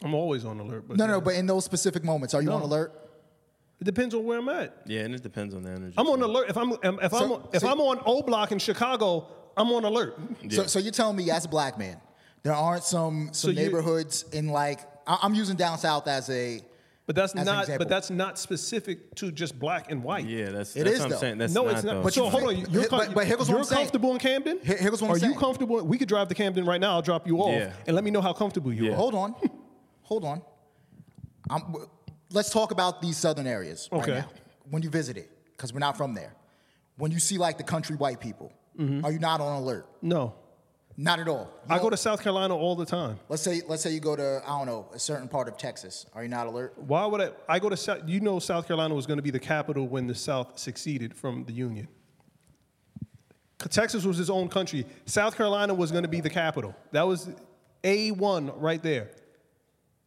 Speaker 3: I'm always on alert. But
Speaker 4: No, no, but in those specific moments, are you on alert?
Speaker 3: It depends on where I'm at.
Speaker 5: yeah, and it depends on the energy.
Speaker 3: I'm on alert. If I'm if I'm
Speaker 4: So-
Speaker 3: if
Speaker 4: so-
Speaker 3: I'm on O Block in Chicago, I'm on alert.
Speaker 4: So, so you're telling me as a black man, there aren't some, some
Speaker 3: you-
Speaker 4: neighborhoods in like, I, I'm using down south as a,
Speaker 3: But that's
Speaker 4: As an
Speaker 3: not.
Speaker 4: example.
Speaker 3: But that's not specific to just black and white.
Speaker 5: Yeah, that's,
Speaker 4: It
Speaker 5: that's
Speaker 4: is,
Speaker 5: what I'm
Speaker 4: though.
Speaker 5: saying. That's
Speaker 3: no,
Speaker 5: not,
Speaker 3: it's not.
Speaker 5: though.
Speaker 3: But so hold on.
Speaker 4: But-
Speaker 3: You're,
Speaker 4: but- but here goes what
Speaker 3: you're
Speaker 4: I'm saying.
Speaker 3: comfortable in Camden.
Speaker 4: Here- here goes what I'm
Speaker 3: Are
Speaker 4: saying.
Speaker 3: you comfortable? We could drive to Camden right now. I'll drop you off
Speaker 5: Yeah.
Speaker 3: and let me know how comfortable you
Speaker 5: Yeah.
Speaker 3: are.
Speaker 4: hold on, hold on. I'm, w- let's talk about these southern areas
Speaker 3: Okay.
Speaker 4: right now. When you visit it, because we're not from there. When you see like the country white people, are you not on alert?
Speaker 3: No,
Speaker 4: Not at all. You
Speaker 3: Mm-hmm. I
Speaker 4: know,
Speaker 3: go to South Carolina all the time.
Speaker 4: Let's say let's say you go to I don't know a certain part of Texas. Are you not alert?
Speaker 3: Why would I? I go to South. You know, South Carolina was going to be the capital when the South seceded from the Union. Texas was its own country. South Carolina was going to be the capital. That was a one right there.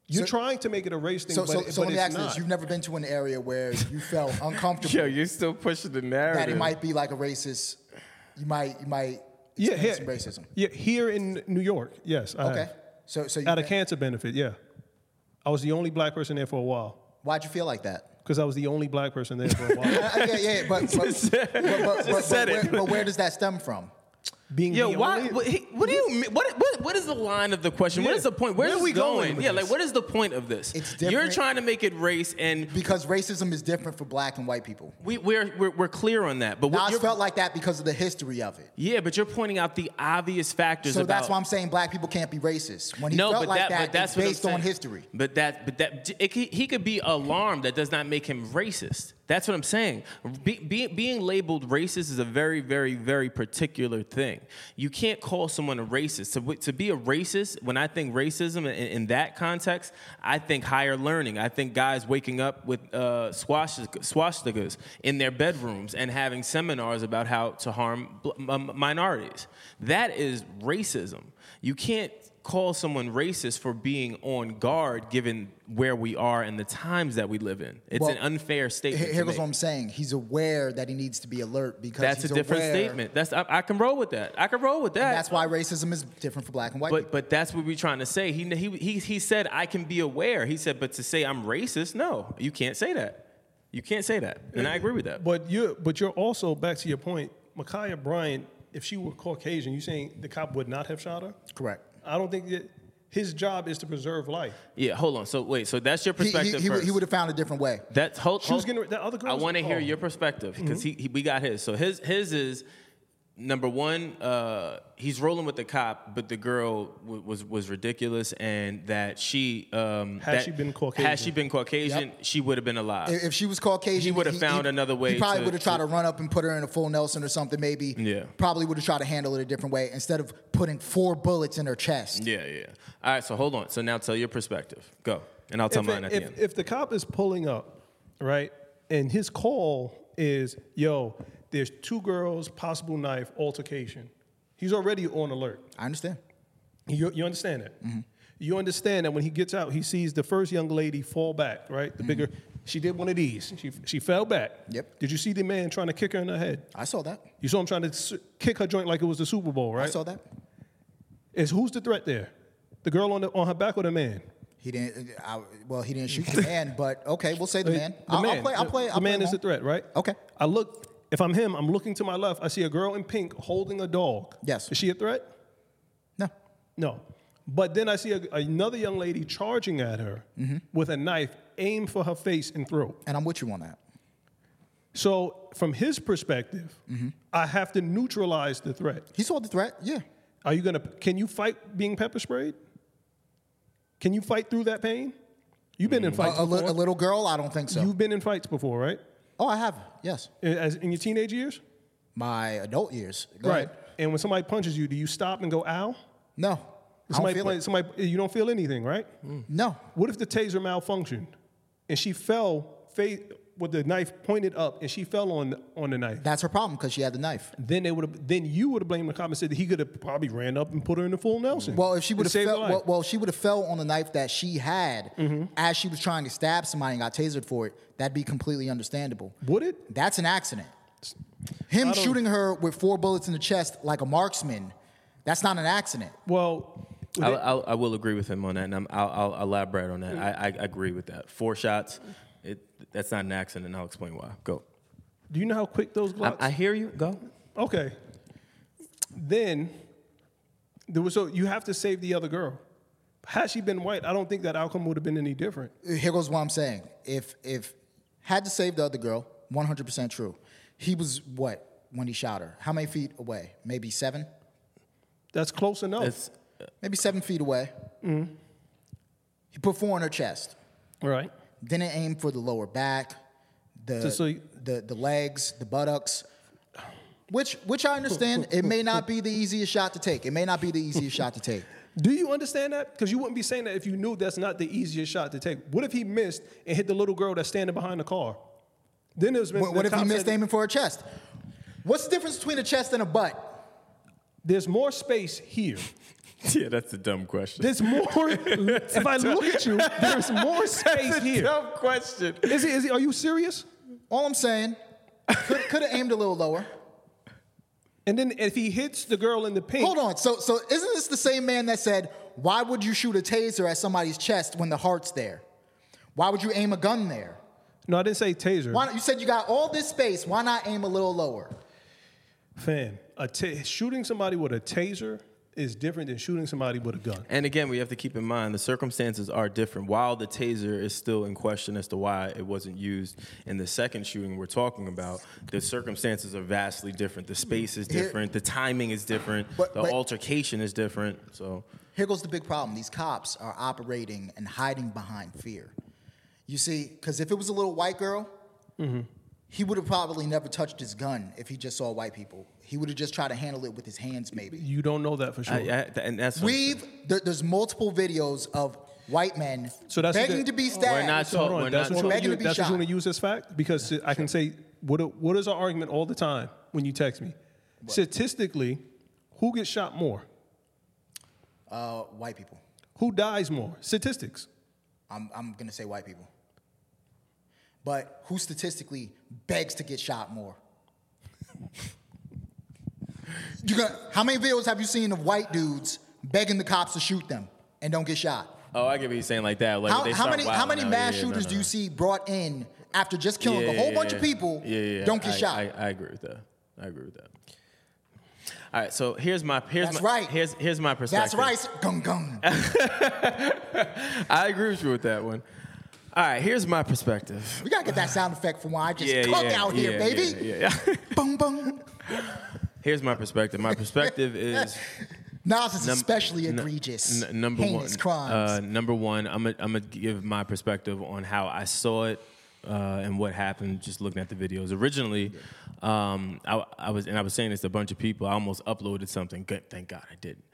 Speaker 3: You're
Speaker 4: So-
Speaker 3: trying to make it a race thing,
Speaker 4: So
Speaker 3: but,
Speaker 4: so,
Speaker 3: but
Speaker 4: so let me
Speaker 3: it's
Speaker 4: ask you
Speaker 3: not.
Speaker 4: this: You've never been to an area where you felt uncomfortable
Speaker 5: Yo, you're still pushing the
Speaker 4: that it
Speaker 5: narrative.
Speaker 4: might be like a racist. You might you might
Speaker 3: yeah, here,
Speaker 4: experience some racism.
Speaker 3: yeah, here in New York. Yes, I have.
Speaker 4: Okay. So so you,
Speaker 3: At a cancer benefit, yeah. I was the only black person there for a while
Speaker 4: why'd you feel like that?
Speaker 3: because I was the only black person there for a while.
Speaker 4: Uh, yeah, yeah, but but, but, but, but- but
Speaker 5: said
Speaker 4: where,
Speaker 5: it.
Speaker 4: but where does that stem from?
Speaker 3: Being
Speaker 5: Yo,
Speaker 3: the
Speaker 5: why?
Speaker 3: only-
Speaker 5: What, he- what do you? mean- What, what? What is the line of the question? What
Speaker 3: Yeah.
Speaker 5: is the point? Where
Speaker 3: Where's
Speaker 5: are we
Speaker 3: this going
Speaker 5: going?
Speaker 3: with
Speaker 5: Yeah,
Speaker 3: this?
Speaker 5: like what is the point of this?
Speaker 4: It's
Speaker 5: You're
Speaker 4: different.
Speaker 5: trying to make it race, and
Speaker 4: Because racism is different for black and white people.
Speaker 5: we, we're, we're we're clear on that. But what
Speaker 4: Nas
Speaker 5: you're-
Speaker 4: felt like that because of the history of it.
Speaker 5: yeah, but you're pointing out the obvious factors.
Speaker 4: So
Speaker 5: about,
Speaker 4: that's why I'm saying black people can't be racist. When he
Speaker 5: no,
Speaker 4: felt
Speaker 5: but
Speaker 4: like that,
Speaker 5: that, but that's
Speaker 4: it's
Speaker 5: what I'm
Speaker 4: based on
Speaker 5: saying.
Speaker 4: history.
Speaker 5: But that, but that, it, he, he could be alarmed. That does not make him racist. That's what I'm saying. Be, be, being labeled racist is a very, very, very particular thing. You can't call someone a racist. To, w- to be a racist, when I think racism in, in that context, I think higher learning. I think guys waking up with uh, swastika- swastikas in their bedrooms and having seminars about how to harm bl- m- minorities. That is racism. You can't call someone racist for being on guard given where we are and the times that we live in. It's
Speaker 4: Well,
Speaker 5: an unfair statement.
Speaker 4: Here-
Speaker 5: to
Speaker 4: Here goes
Speaker 5: make.
Speaker 4: what I'm saying. He's aware that he needs to be alert because
Speaker 5: That's a
Speaker 4: he's
Speaker 5: different
Speaker 4: aware-
Speaker 5: statement. That's I, I can roll with that. I can roll with that.
Speaker 4: That's why racism is different for black and white.
Speaker 5: But
Speaker 4: people.
Speaker 5: but that's what we're trying to say. He he he he said I can be aware. He said, but to say I'm racist, no, you can't say that. You can't say that, and I agree with that.
Speaker 3: But you're but you're also back to your point, Micaiah Bryant. If she were Caucasian, you saying the cop would not have shot her?
Speaker 4: Correct.
Speaker 3: I don't think that his job is to preserve life.
Speaker 5: Yeah, hold on. So wait, so that's your
Speaker 4: He- he-
Speaker 5: perspective
Speaker 4: he,
Speaker 5: first.
Speaker 4: would have found a different way.
Speaker 5: That's hold,
Speaker 3: She was
Speaker 5: hold-
Speaker 3: getting rid- that other girl
Speaker 5: I
Speaker 3: was- Mm-hmm.
Speaker 5: want to hear
Speaker 3: oh.
Speaker 5: your perspective because he, he we got his. So his his is number one. Uh, he's rolling with the cop, but the girl w- was was ridiculous, and that she um,
Speaker 3: Had
Speaker 5: that-
Speaker 3: she been
Speaker 5: had
Speaker 3: Caucasian.
Speaker 5: she been Caucasian, she would have been alive.
Speaker 4: If if she was Caucasian,
Speaker 5: He would've found another way
Speaker 4: He probably
Speaker 5: to-
Speaker 4: would have tried to run up and put her in a full Nelson or something. Maybe.
Speaker 5: Yeah.
Speaker 4: Probably would have tried to handle it a different way instead of putting four bullets in her chest.
Speaker 5: yeah, yeah. All right, so hold on. So now tell your perspective. Go, and I'll tell
Speaker 3: if,
Speaker 5: mine
Speaker 3: it-
Speaker 5: at
Speaker 3: if,
Speaker 5: the end.
Speaker 3: if the cop is pulling up, right, and his call is, yo, there's two girls, possible knife, altercation. He's already on alert.
Speaker 4: I understand.
Speaker 3: You, you understand that?
Speaker 4: Mm-hmm.
Speaker 3: You understand that when he gets out, he sees the first young lady fall back, right? The bigger, she did one of these. She, she fell back.
Speaker 4: Mm-hmm. Yep.
Speaker 3: Did you see the man trying to kick her in the head?
Speaker 4: I saw that.
Speaker 3: You saw him trying to s- kick her joint like it was the Super Bowl,
Speaker 4: I
Speaker 3: right?
Speaker 4: saw that.
Speaker 3: Is who's the threat there? The girl on, the, on her back or the man?
Speaker 4: He didn't. uh, I, well, he didn't shoot the man, but okay, we'll say the
Speaker 3: Uh,
Speaker 4: man. I'll, I'll play. I'll
Speaker 3: The-
Speaker 4: play.
Speaker 3: The
Speaker 4: I'll play
Speaker 3: man is
Speaker 4: along.
Speaker 3: the threat, right?
Speaker 4: Okay.
Speaker 3: I look. If I'm him, I'm looking to my left. I see a girl in pink holding a dog.
Speaker 4: Yes.
Speaker 3: Is she a threat?
Speaker 4: No.
Speaker 3: No. But then I see a, another young lady charging at her
Speaker 4: Mm-hmm.
Speaker 3: with a knife, aimed for her face and throat.
Speaker 4: And I'm with you on that.
Speaker 3: So from his perspective,
Speaker 4: Mm-hmm.
Speaker 3: I have to neutralize the threat.
Speaker 4: He saw the threat. Yeah.
Speaker 3: Are you gonna? Can you fight being pepper sprayed? Can you fight through that pain? You've been in
Speaker 4: A,
Speaker 3: fights.
Speaker 4: Mm. a li-
Speaker 3: before.
Speaker 4: a little girl. I don't think so.
Speaker 3: You've been in fights before, right?
Speaker 4: oh, I have. Yes.
Speaker 3: As in your teenage years.
Speaker 4: My adult years. Go
Speaker 3: Right.
Speaker 4: ahead.
Speaker 3: And when somebody punches you, do you stop and go, ow?
Speaker 4: No. I don't
Speaker 3: Somebody,
Speaker 4: feel
Speaker 3: play-
Speaker 4: it.
Speaker 3: somebody, you don't feel anything, right?
Speaker 4: No.
Speaker 3: What if the taser malfunctioned and she fell face, with the knife pointed up and she fell on, on the knife?
Speaker 4: That's her problem because she had the knife.
Speaker 3: Then they would have, then you would have blamed the cop and said that he could have probably ran up and put her in the full Nelson.
Speaker 4: Well, if she
Speaker 3: and
Speaker 4: would have
Speaker 3: saved her
Speaker 4: fell,
Speaker 3: life. Mm-hmm.
Speaker 4: well, well, she would have fell on the knife that she had as she was trying to stab somebody and got tasered for it. That'd be completely understandable.
Speaker 3: would it?
Speaker 4: That's an accident. Him shooting her with four bullets in the chest like a marksman, that's not an accident.
Speaker 3: Well,
Speaker 5: I'll, I'll, I will agree with him on that, and I'm, I'll, I'll elaborate on
Speaker 3: Mm.
Speaker 5: that. I, I agree with that. Four shots. It, that's not an accident. and I'll explain why. Go.
Speaker 3: do you know how quick those
Speaker 5: I,
Speaker 3: glocks?
Speaker 5: I hear you. Go.
Speaker 3: okay. Then there was so you have to save the other girl. Had she been white, I don't think that outcome would have been any different.
Speaker 4: Here goes what I'm saying. If if had to save the other girl, 100% true. He was what when he shot her? How many feet away? Maybe seven.
Speaker 3: That's close enough.
Speaker 5: It's,
Speaker 4: Maybe seven feet away.
Speaker 3: Mm-hmm.
Speaker 4: He put four in her chest.
Speaker 3: right.
Speaker 4: Didn't aim for the lower back, the
Speaker 3: Just so you-
Speaker 4: the the legs, the buttocks. Which which I understand it may not be the easiest shot to take. It may not be the easiest shot to take.
Speaker 3: Do you understand that? Because you wouldn't be saying that if you knew that's not the easiest shot to take. What if he missed and hit the little girl that's standing behind the car? Then there's been
Speaker 4: What,
Speaker 3: the
Speaker 4: what if he
Speaker 3: cops
Speaker 4: missed
Speaker 3: had-
Speaker 4: aiming for her chest? What's the difference between a chest and a butt?
Speaker 3: There's more space here.
Speaker 5: yeah, that's a dumb question.
Speaker 3: There's more. if I look at you, there's more space here.
Speaker 5: dumb question.
Speaker 3: Is it, is it, are you serious?
Speaker 4: All I'm saying, could have aimed a little lower.
Speaker 3: And then if he hits the girl in the pink,
Speaker 4: Hold on. So so isn't this the same man that said, "Why would you shoot a taser at somebody's chest when the heart's there? Why would you aim a gun there?
Speaker 3: No, I didn't say taser.
Speaker 4: Why not, you said you got all this space. Why not aim a little lower?"
Speaker 3: Fam, a ta- shooting somebody with a taser is different than shooting somebody with a gun.
Speaker 5: And again, we have to keep in mind the circumstances are different. While the taser is still in question as to why it wasn't used in the second shooting we're talking about, the circumstances are vastly different. The space is
Speaker 4: Here-
Speaker 5: different. The timing is different.
Speaker 4: But-
Speaker 5: the
Speaker 4: but-
Speaker 5: altercation is different. So
Speaker 4: Here goes the big problem. These cops are operating and hiding behind fear. You see, because if it was a little white girl, he would have probably never touched his gun if he just saw white people. He would have just tried to handle it with his hands, maybe.
Speaker 3: You don't know that for sure.
Speaker 5: I, I, and that's what-
Speaker 4: We've there, there's multiple videos of white men
Speaker 3: So that's what
Speaker 4: begging
Speaker 3: they-
Speaker 4: to be
Speaker 5: Oh, we're
Speaker 4: stabbed.
Speaker 5: not
Speaker 3: So hold
Speaker 5: talking.
Speaker 3: on,
Speaker 5: We're
Speaker 3: that's
Speaker 5: not
Speaker 3: what you,
Speaker 4: Begging to be
Speaker 3: that's what you
Speaker 4: shot.
Speaker 3: want to use as fact because I can say what what is our argument all the time when you text me. Statistically, who gets shot more?
Speaker 4: uh, white people.
Speaker 3: Who dies more? Statistics.
Speaker 4: I'm I'm gonna say white people. But who statistically begs to get shot more? you got how many videos have you seen of white dudes begging the cops to shoot them and don't get shot?
Speaker 5: Oh, I get what you're saying like that. Like
Speaker 4: How,
Speaker 5: they
Speaker 4: how
Speaker 5: start
Speaker 4: many how
Speaker 5: wilding
Speaker 4: many
Speaker 5: out.
Speaker 4: mass
Speaker 5: Yeah, yeah, no,
Speaker 4: shooters
Speaker 5: no,
Speaker 4: do you
Speaker 5: no.
Speaker 4: see brought in after just killing a
Speaker 5: Yeah,
Speaker 4: whole
Speaker 5: yeah,
Speaker 4: bunch
Speaker 5: yeah.
Speaker 4: of people?
Speaker 5: Yeah, yeah, yeah.
Speaker 4: Don't get
Speaker 5: I-
Speaker 4: shot.
Speaker 5: I, I agree with that. I agree with that. All right, so here's my here's
Speaker 4: That's
Speaker 5: my
Speaker 4: right.
Speaker 5: here's here's my perspective.
Speaker 4: That's right. Gung gung.
Speaker 5: I agree with you with that one. All right, here's my perspective.
Speaker 4: We gotta get that sound effect for when I just
Speaker 5: Yeah,
Speaker 4: cook
Speaker 5: yeah,
Speaker 4: out here,
Speaker 5: yeah,
Speaker 4: baby.
Speaker 5: Yeah, yeah, yeah.
Speaker 4: Boom boom.
Speaker 5: Here's my perspective. My perspective is
Speaker 4: Nas is
Speaker 5: Num-
Speaker 4: especially
Speaker 5: n-
Speaker 4: egregious.
Speaker 5: n- number
Speaker 4: heinous
Speaker 5: one,
Speaker 4: crimes.
Speaker 5: Uh, number one, I'm gonna I'm gonna give my perspective on how I saw it uh, and what happened. Just looking at the videos originally, um, I, I was and I was saying this to a bunch of people. I almost uploaded something. Good, thank God I didn't.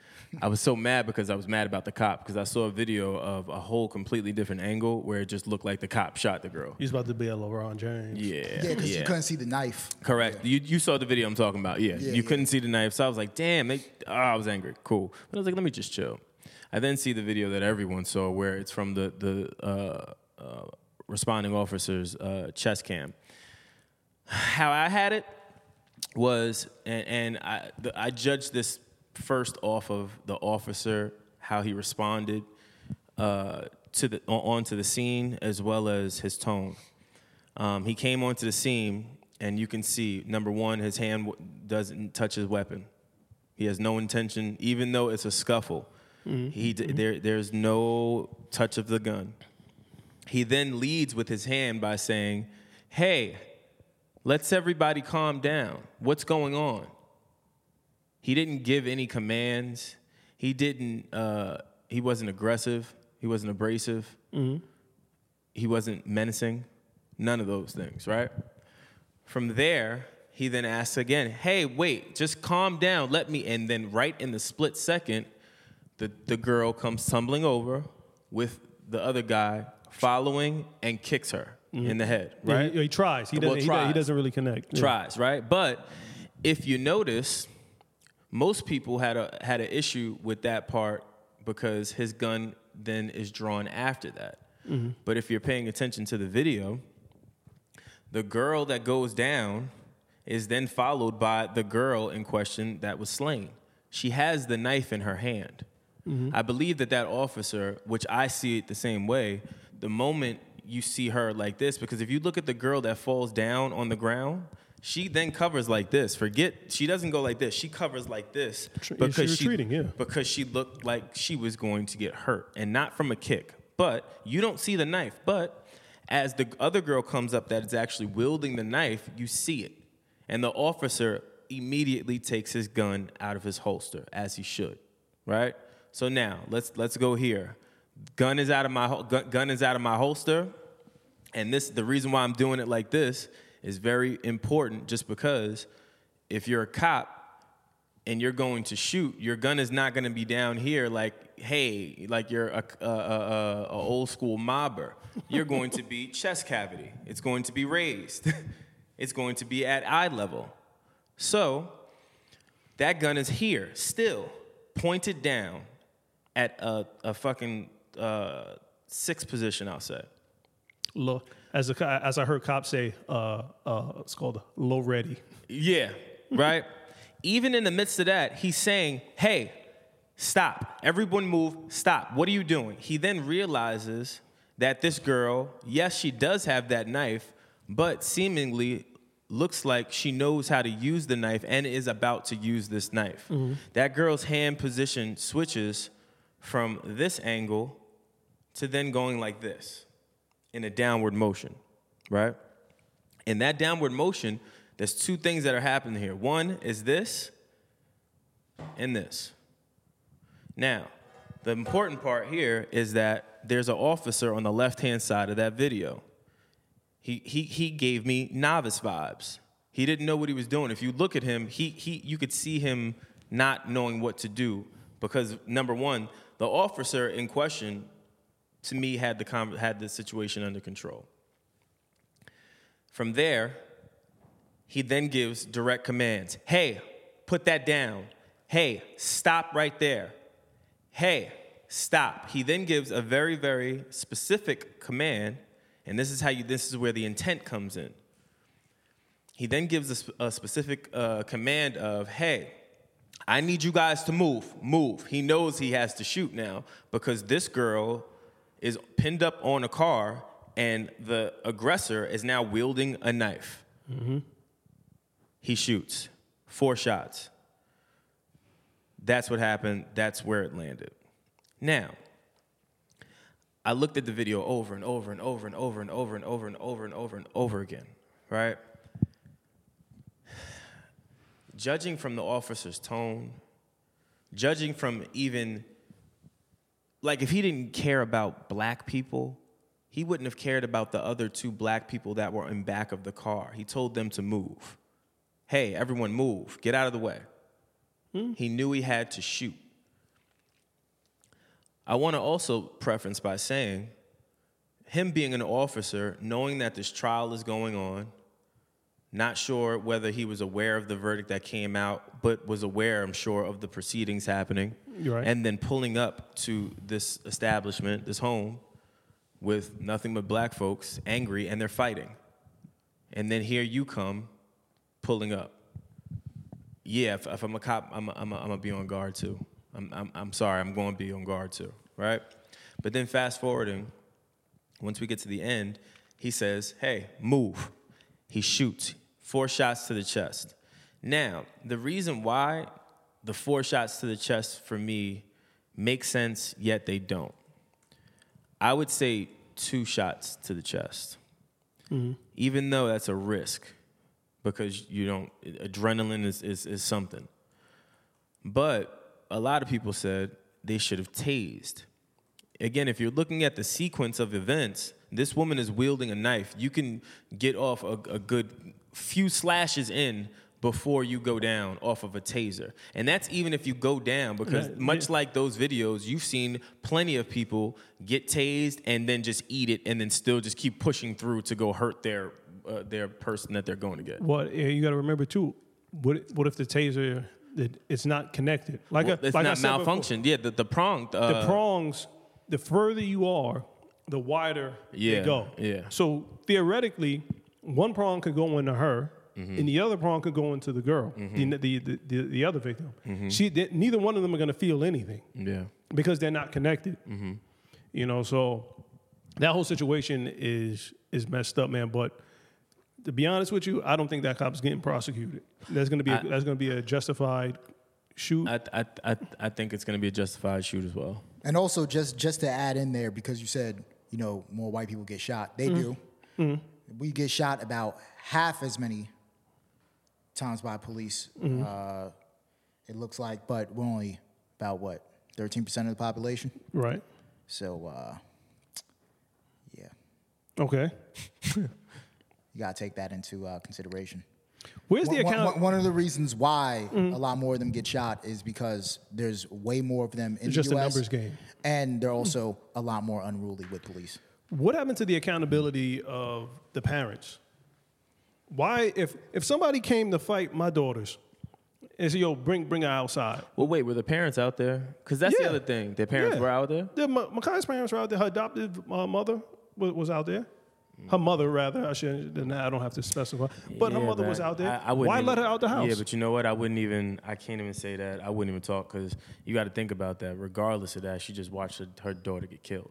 Speaker 5: I was so mad because I was mad about the cop because I saw a video of a whole completely different angle where it just looked like the cop shot the girl.
Speaker 3: He's about to be a LeBron James.
Speaker 5: Yeah,
Speaker 4: yeah, because you couldn't see the knife.
Speaker 5: Correct. You, you saw the video I'm talking about. Yeah.
Speaker 4: Yeah,
Speaker 5: you
Speaker 4: yeah.
Speaker 5: couldn't see the knife. So I was like, damn, they, oh, I was angry. Cool. But I was like, let me just chill. I then see the video that everyone saw where it's from the, the uh, uh, responding officer's uh, chest cam. How I had it was, and, and I, the, I judged this first off of the officer, how he responded uh, to the, on, onto the scene, as well as his tone. Um, he came onto the scene, and you can see number one, his hand w- doesn't touch his weapon. He has no intention, even though it's a scuffle. He d- there there's no touch of the gun. He then leads with his hand by saying, "Hey, let's everybody calm down. What's going on?" He didn't give any commands. He didn't. Uh, he wasn't aggressive. He wasn't abrasive he wasn't menacing, none of those things, right? From there, he then asks again, hey, wait, just calm down, let me. And then, right in the split second, the, the girl comes tumbling over with the other guy following and kicks her in the head,
Speaker 3: Yeah,
Speaker 5: right?
Speaker 3: He, he tries. He doesn't.
Speaker 5: Well,
Speaker 3: he do- He,
Speaker 5: tries.
Speaker 3: doesn't really connect. Yeah.
Speaker 5: tries, right? But if you notice, most people had a had an issue with that part because his gun then is drawn after that. But if you're paying attention to the video, the girl that goes down is then followed by the girl in question that was slain. She has the knife in her hand.
Speaker 3: Mm-hmm.
Speaker 5: I believe that that officer, which I see it the same way, the moment you see her like this, because if you look at the girl that falls down on the ground, she then covers like this. Forget she doesn't go like this. She covers like this
Speaker 3: Tr- yeah, she retreating, yeah.
Speaker 5: because she looked like she was going to get hurt and not from a kick. But you don't see the knife. But as the other girl comes up that is actually wielding the knife, you see it. And the officer immediately takes his gun out of his holster as he should, right? So now, let's let's go here. Gun is out of my hol- gun, gun is out of my holster. And this the reason why I'm doing it like this is very important just because if you're a cop and you're going to shoot, your gun is not going to be down here like, hey, like you're a, a, a, a old school mobber. You're going to be chest cavity. It's going to be raised. it's going to be at eye level. So that gun is here, still pointed down at a, a fucking uh, sixth position, I'll say.
Speaker 3: Low, as a, co- as I heard cops say, uh, uh, it's called low ready.
Speaker 5: Yeah, right? Even in the midst of that, he's saying, hey, stop. Everyone move, stop. What are you doing? He then realizes that this girl, yes, she does have that knife, but seemingly looks like she knows how to use the knife and is about to use this knife. That girl's hand position switches from this angle to then going like this in a downward motion, right? In that downward motion, there's two things that are happening here. One is this and this. Now, the important part here is that there's an officer on the left hand side of that video. He he he gave me novice vibes. He didn't know what he was doing. If you look at him, he he you could see him not knowing what to do because number one, the officer in question to me had the con- had the situation under control. From there, he then gives direct commands. Hey, put that down. Hey, stop right there. Hey, stop. He then gives a very very specific command, and this is how you this is where the intent comes in. He then gives a, sp- a specific uh, command of, hey, I need you guys to move, move. He knows he has to shoot now because this girl is pinned up on a car and the aggressor is now wielding a knife. He shoots four shots. That's what happened. That's where it landed. Now, I looked at the video over and over and over and over and over and over and over and over and over again, right? judging from the officer's tone, judging from even like if he didn't care about black people, he wouldn't have cared about the other two black people that were in back of the car. He told them to move. Hey, everyone move. Get out of the way.
Speaker 3: Mm-hmm.
Speaker 5: He knew he had to shoot. I want to also preference by saying him being an officer, knowing that this trial is going on, not sure whether he was aware of the verdict that came out, but was aware, I'm sure, of the proceedings happening.
Speaker 3: You're right.
Speaker 5: And then pulling up to this establishment, this home, with nothing but black folks angry and they're fighting. And then here you come pulling up. Yeah, if, if I'm a cop, I'm going I'm to be on guard too. I'm, I'm, I'm sorry, I'm going to be on guard too, right? But then fast forwarding, once we get to the end, he says, Hey, move. He shoots four shots to the chest. Now, the reason why the four shots to the chest for me make sense, yet they don't. I would say two shots to the chest, even though that's a risk because you don't, adrenaline is, is, is something. But a lot of people said they should have tased again, if you're looking at the sequence of events, this woman is wielding a knife. You can get off a, a good few slashes in before you go down off of a taser. And that's even if you go down, because
Speaker 3: Yeah,
Speaker 5: much
Speaker 3: yeah.
Speaker 5: like those videos, you've seen plenty of people get tased and then just eat it and then still just keep pushing through to go hurt their, uh, their person that they're going to get.
Speaker 3: What yeah, you got to remember too? What what if the taser that it's not connected? Like
Speaker 5: Well,
Speaker 3: a,
Speaker 5: it's
Speaker 3: like I
Speaker 5: not
Speaker 3: said before,
Speaker 5: malfunctioned. Yeah, the, the prong. Uh,
Speaker 3: the prongs, the further you are, the wider
Speaker 5: Yeah,
Speaker 3: they go.
Speaker 5: yeah.
Speaker 3: So theoretically, one prong could go into her,
Speaker 5: Mm-hmm.
Speaker 3: and the other prong could go into the girl, the, the, the, the other victim.
Speaker 5: Mm-hmm.
Speaker 3: She, they, neither one of them are going to feel anything
Speaker 5: Yeah.
Speaker 3: because they're not connected.
Speaker 5: Mm-hmm.
Speaker 3: You know, so that whole situation is is messed up, man. But to be honest with you, I don't think that cop's getting prosecuted. That's gonna be a, that's gonna be a justified shoot.
Speaker 5: I, I, I, I think it's going to be a justified shoot as well.
Speaker 4: And also, just just to add in there, because you said you know more white people get shot, they do. We get shot about half as many times by police. Uh, it looks like, but we're only about what thirteen percent of the population.
Speaker 3: right?
Speaker 4: So, uh, yeah,
Speaker 3: Okay.
Speaker 4: you gotta take that into uh, consideration.
Speaker 3: Where's
Speaker 4: One,
Speaker 3: the account? Mm-hmm.
Speaker 4: one- one of the reasons why a lot more of them get shot is because there's way more of them in
Speaker 3: It's just a
Speaker 4: the US,
Speaker 3: numbers game. Hmm.
Speaker 4: and they're also a lot more unruly with police.
Speaker 3: What happened to the accountability of the parents? Why, if if somebody came to fight my daughters, and said, "Yo, bring bring her outside,"
Speaker 5: Well, wait, were the parents out there? Because that's
Speaker 3: Yeah.
Speaker 5: the other thing. Their parents
Speaker 3: Yeah.
Speaker 5: were out there.
Speaker 3: The, Ma- Makai's parents were out there. Her adopted uh, mother was, was out there. Her mother, rather. I shouldn't. then I don't have to specify. But her
Speaker 5: Yeah,
Speaker 3: mother was
Speaker 5: but
Speaker 3: out there.
Speaker 5: I- I wouldn't
Speaker 3: Why
Speaker 5: even-
Speaker 3: let her out the house?
Speaker 5: Yeah, but you know what? I wouldn't even. I can't even say that. I wouldn't even talk because you got to think about that. Regardless of that, she just watched her, her daughter get killed.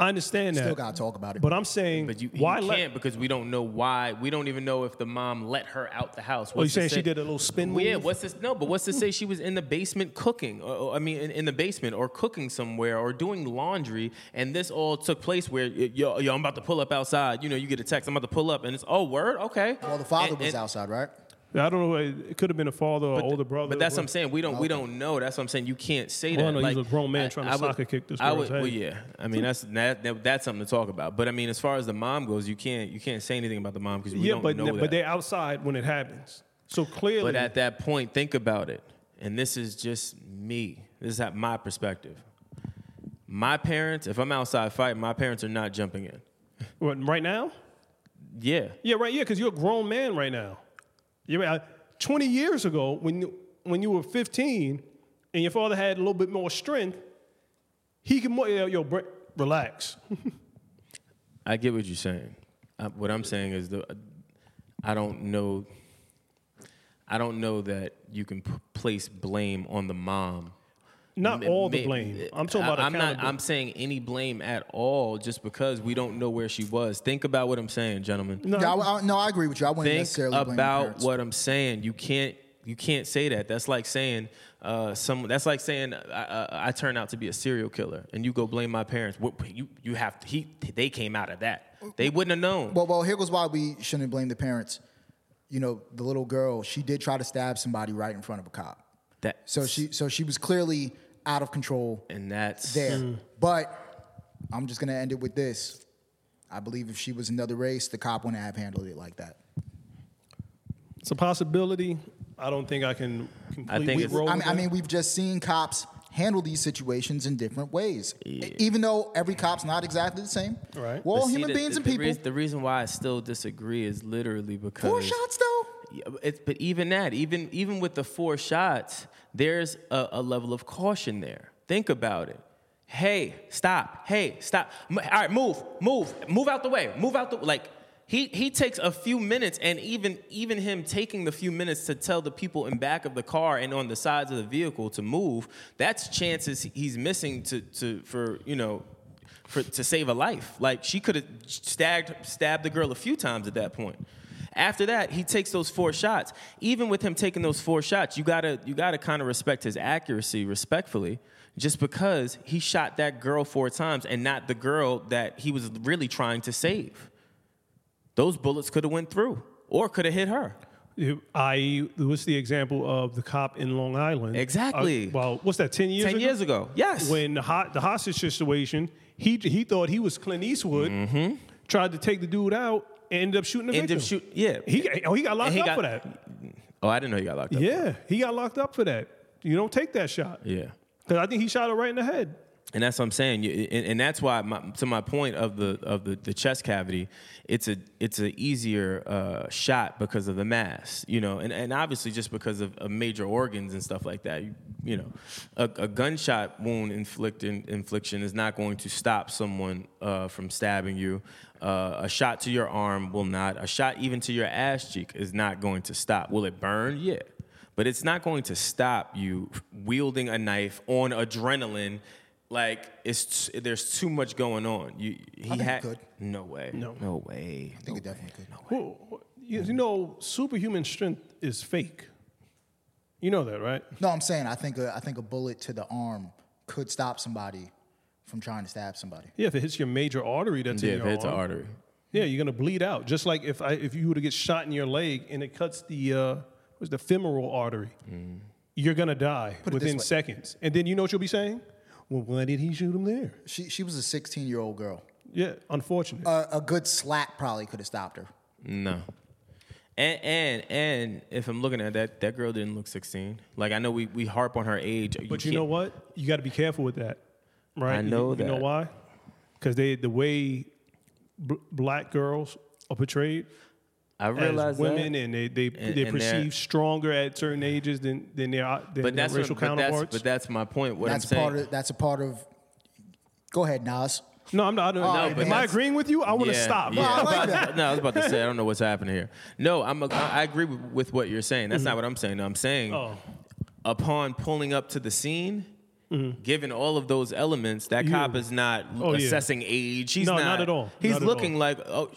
Speaker 3: I understand that.
Speaker 4: Still gotta talk about it.
Speaker 3: But I'm saying,
Speaker 5: But you, you
Speaker 3: why let?
Speaker 5: can't because we don't know why. We don't even know if the mom let her out the house.
Speaker 3: Oh, you
Speaker 5: What's to
Speaker 3: saying
Speaker 5: say-
Speaker 3: she did a little spin move?
Speaker 5: Yeah, what's this? No, but what's to say she was in the basement cooking? Or, or, I mean, in, in the basement or cooking somewhere or doing laundry, and this all took place where y- yo, yo, I'm about to pull up outside. You know, you get a text, I'm about to pull up, and it's oh, word, okay.
Speaker 4: Well, the father
Speaker 5: And-
Speaker 4: was
Speaker 5: and-
Speaker 4: outside, right?
Speaker 3: I don't know. It could have been a father or older brother.
Speaker 5: But that's
Speaker 3: but-
Speaker 5: what I'm saying. We don't we don't know. That's what I'm saying. You can't say
Speaker 3: Well, I
Speaker 5: that.
Speaker 3: know he was a grown man trying to
Speaker 5: would-
Speaker 3: soccer kick this
Speaker 5: I
Speaker 3: girl's
Speaker 5: would, well,
Speaker 3: head.
Speaker 5: yeah. I mean, that's that, that that's something to talk about. But I mean, as far as the mom goes, you can't you can't say anything about the mom because we
Speaker 3: yeah,
Speaker 5: don't
Speaker 3: but
Speaker 5: know that.
Speaker 3: but they're outside when it happens. So clearly,
Speaker 5: But at that point, think about it. And this is just me. This is at my perspective. My parents, if I'm outside fighting, my parents are not jumping in.
Speaker 3: What, right now,
Speaker 5: Yeah.
Speaker 3: yeah, right, yeah, because you're a grown man right now. You're right. Twenty years ago, when you, when you were 15, and your father had a little bit more strength, he could more. Yo, yo Brent, relax.
Speaker 5: I get what you're saying. Uh, what I'm saying is the I don't know. I don't know that you can p- place blame on the mom.
Speaker 3: Not
Speaker 5: M-
Speaker 3: all the
Speaker 5: may-
Speaker 3: blame. I'm talking about.
Speaker 5: I- I'm not.
Speaker 3: accountability.
Speaker 5: I'm saying any blame at all, just because we don't know where she was. Think about what I'm saying, gentlemen.
Speaker 4: No, I, I- no, I agree with you. I wouldn't
Speaker 5: think
Speaker 4: necessarily blame the
Speaker 5: about
Speaker 4: parents.
Speaker 5: what I'm saying. You can't you can't say that. That's like saying uh, some. That's like saying I, I, I turn out to be a serial killer, and you go blame my parents. What, you you have to, he they came out of that. They wouldn't have known.
Speaker 4: Well, well, here goes why we shouldn't blame the parents. You know, the little girl, she did try to stab somebody right in front of a cop.
Speaker 5: that
Speaker 4: So she, so she was clearly out of control
Speaker 5: and that's
Speaker 4: there.
Speaker 3: Hmm.
Speaker 4: But I'm just gonna end it with this. I believe if she was another race, the cop wouldn't have handled it like that.
Speaker 3: It's a possibility. I don't think I can completely
Speaker 5: it's-
Speaker 3: roll.
Speaker 4: I mean,
Speaker 3: with
Speaker 4: I
Speaker 3: that.
Speaker 4: mean, we've just seen cops handle these situations in different ways. E, Even though every cop's not exactly the same.
Speaker 3: Right.
Speaker 4: We're all
Speaker 5: But see,
Speaker 4: human
Speaker 5: the-
Speaker 4: beings
Speaker 5: the,
Speaker 4: and
Speaker 5: the
Speaker 4: people.
Speaker 5: reas- the reason why I still disagree is literally because
Speaker 4: Four shots though.
Speaker 5: Yeah, but it's, but even that, even even with the four shots, there's a, a level of caution there. Think about it. Hey, stop. Hey, stop. M- all right, move, move, move out the way. Move out the like. He he takes a few minutes, and even even him taking the few minutes to tell the people in back of the car and on the sides of the vehicle to move, that's chances he's missing to to for you know. For, to save a life, like she could have stabbed stabbed the girl a few times at that point. After that, he takes those four shots. Even with him taking those four shots, you gotta you gotta kind of respect his accuracy respectfully, just because he shot that girl four times and not the girl that he was really trying to save. Those bullets could have went through or could have hit her.
Speaker 3: It- I what's the example of the cop in Long Island?
Speaker 5: Exactly.
Speaker 3: Uh, well, what's that? Ten years.
Speaker 5: Ten
Speaker 3: ago?
Speaker 5: years ago, yes.
Speaker 3: When the, hot, the hostage situation, he he thought he was Clint Eastwood, tried to take the dude out, and ended up shooting the
Speaker 5: End
Speaker 3: victim.
Speaker 5: of Mm-hmm. shoot. Yeah.
Speaker 3: He got- oh he got locked
Speaker 5: he
Speaker 3: up
Speaker 5: got-
Speaker 3: for that.
Speaker 5: oh, I didn't know he got locked up.
Speaker 3: Yeah, he got locked up for that. You don't take that shot
Speaker 5: Yeah.
Speaker 3: because I think he shot her right in the head.
Speaker 5: and that's what I'm saying. You- And, and that's why, my, to my point of the of the, the chest cavity, it's a it's a easier uh, shot because of the mass, you know, and, and obviously just because of, of major organs and stuff like that. You, you know, a, a gunshot wound inflicting infliction is not going to stop someone uh, from stabbing you. Uh, a shot to your arm will not. A shot even to your ass cheek is not going to stop. Will it burn? Yeah. But it's not going to stop you wielding a knife on adrenaline like it's there's too much going on. You he
Speaker 4: think
Speaker 5: had
Speaker 4: it could.
Speaker 5: no way, no, way.
Speaker 4: I think it definitely could.
Speaker 3: Who- You you know, superhuman strength is fake. You know that, right?
Speaker 4: No, I'm saying I think a, I think a bullet to the arm could stop somebody from trying to stab somebody.
Speaker 3: Yeah, if it hits your major artery, that's
Speaker 5: Yeah,
Speaker 3: in
Speaker 5: if
Speaker 3: your
Speaker 5: it's an
Speaker 3: arm.
Speaker 5: artery.
Speaker 3: Yeah, you're gonna bleed out. Just like if I, if you were to get shot in your leg and it cuts the uh, what's the femoral artery,
Speaker 5: Mm.
Speaker 3: you're gonna die
Speaker 4: it this
Speaker 3: within
Speaker 4: way.
Speaker 3: seconds. And then you know what you'll be saying? Well, why did he shoot him there?
Speaker 4: She she was a 16 year old girl.
Speaker 3: Yeah, unfortunate.
Speaker 4: A, a good slap probably could have stopped her.
Speaker 5: No. And, and and if I'm looking at that, that girl didn't look 16. Like I know we, we harp on her age.
Speaker 3: but you know
Speaker 5: can't-
Speaker 3: what? You got to be careful with that, right?
Speaker 5: I
Speaker 3: You-
Speaker 5: know
Speaker 3: you, know
Speaker 5: that.
Speaker 3: why? Because they the way bl- black girls are portrayed
Speaker 5: I realize
Speaker 3: as women,
Speaker 5: that.
Speaker 3: and they they, they
Speaker 5: and they're-
Speaker 3: perceived stronger at certain ages than than their than
Speaker 5: but
Speaker 3: their
Speaker 5: that's
Speaker 3: racial
Speaker 5: what, but
Speaker 3: counterparts.
Speaker 5: that's but that's my point. What
Speaker 4: that's
Speaker 5: I'm saying.
Speaker 4: part of that's a part of. Go ahead, Nas.
Speaker 3: no, I'm not. I don't-
Speaker 4: right,
Speaker 5: Oh, but
Speaker 3: am I
Speaker 5: that's-
Speaker 3: agreeing with you? I want to
Speaker 5: Yeah,
Speaker 3: stop.
Speaker 5: yeah.
Speaker 4: Well, I
Speaker 5: I was
Speaker 4: like
Speaker 5: about-
Speaker 4: that.
Speaker 5: no, I was about to say I don't know what's happening here. No, I'm a, I agree with, with what you're saying. That's not what I'm saying. No, I'm saying
Speaker 3: Oh.
Speaker 5: upon pulling up to the scene. Given all of those elements, that cop is not
Speaker 3: Mm-hmm. Oh, yeah.
Speaker 5: assessing age. He's
Speaker 3: No,
Speaker 5: not,
Speaker 3: not at all.
Speaker 5: He's
Speaker 3: Not at
Speaker 5: looking
Speaker 3: all.
Speaker 5: like, oh,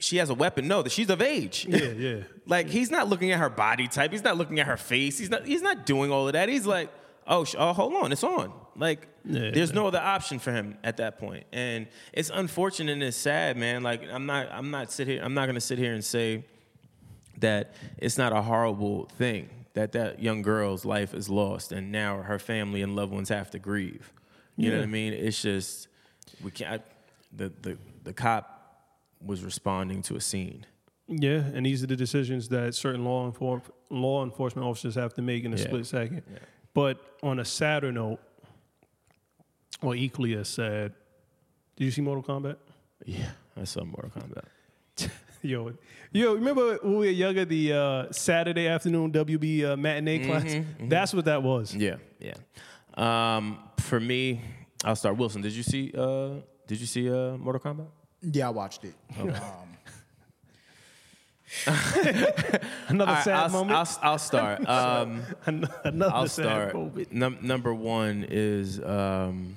Speaker 5: she has a weapon. No, that she's of age.
Speaker 3: Yeah, yeah.
Speaker 5: Like he's not looking at her body type. He's not looking at her face. He's not. He's not doing all of that. He's like, oh, sh- oh hold on, it's on. Like
Speaker 3: Yeah,
Speaker 5: there's no other option for him at that point, and it's unfortunate and it's sad, man. Like I'm not. I'm not sit here. I'm not gonna sit here and say that it's not a horrible thing that that young girl's life is lost and now her family and loved ones have to grieve. You know what I mean? It's just we can't. the the the cop was responding to a scene.
Speaker 3: Yeah, and these are the decisions that certain law enfor- law enforcement officers have to make in a
Speaker 5: Yeah.
Speaker 3: split second. But on a sadder note, or equally as sad, did you see Mortal Kombat?
Speaker 5: Yeah, I saw Mortal Kombat.
Speaker 3: Yo, yo, remember when we were younger, the uh, Saturday afternoon WB uh, matinee class? That's what that was.
Speaker 5: Mm-hmm, Yeah, yeah. Um, for me, I'll start. Wilson, did you see? Uh, did you see uh, Mortal Kombat?
Speaker 4: Yeah, I watched it. Um,
Speaker 3: Another
Speaker 5: All right,
Speaker 3: sad
Speaker 5: I'll,
Speaker 3: moment.
Speaker 5: I'll, I'll start. Um,
Speaker 3: An- Another
Speaker 5: I'll
Speaker 3: sad
Speaker 5: start.
Speaker 3: moment.
Speaker 5: Num- number one is um,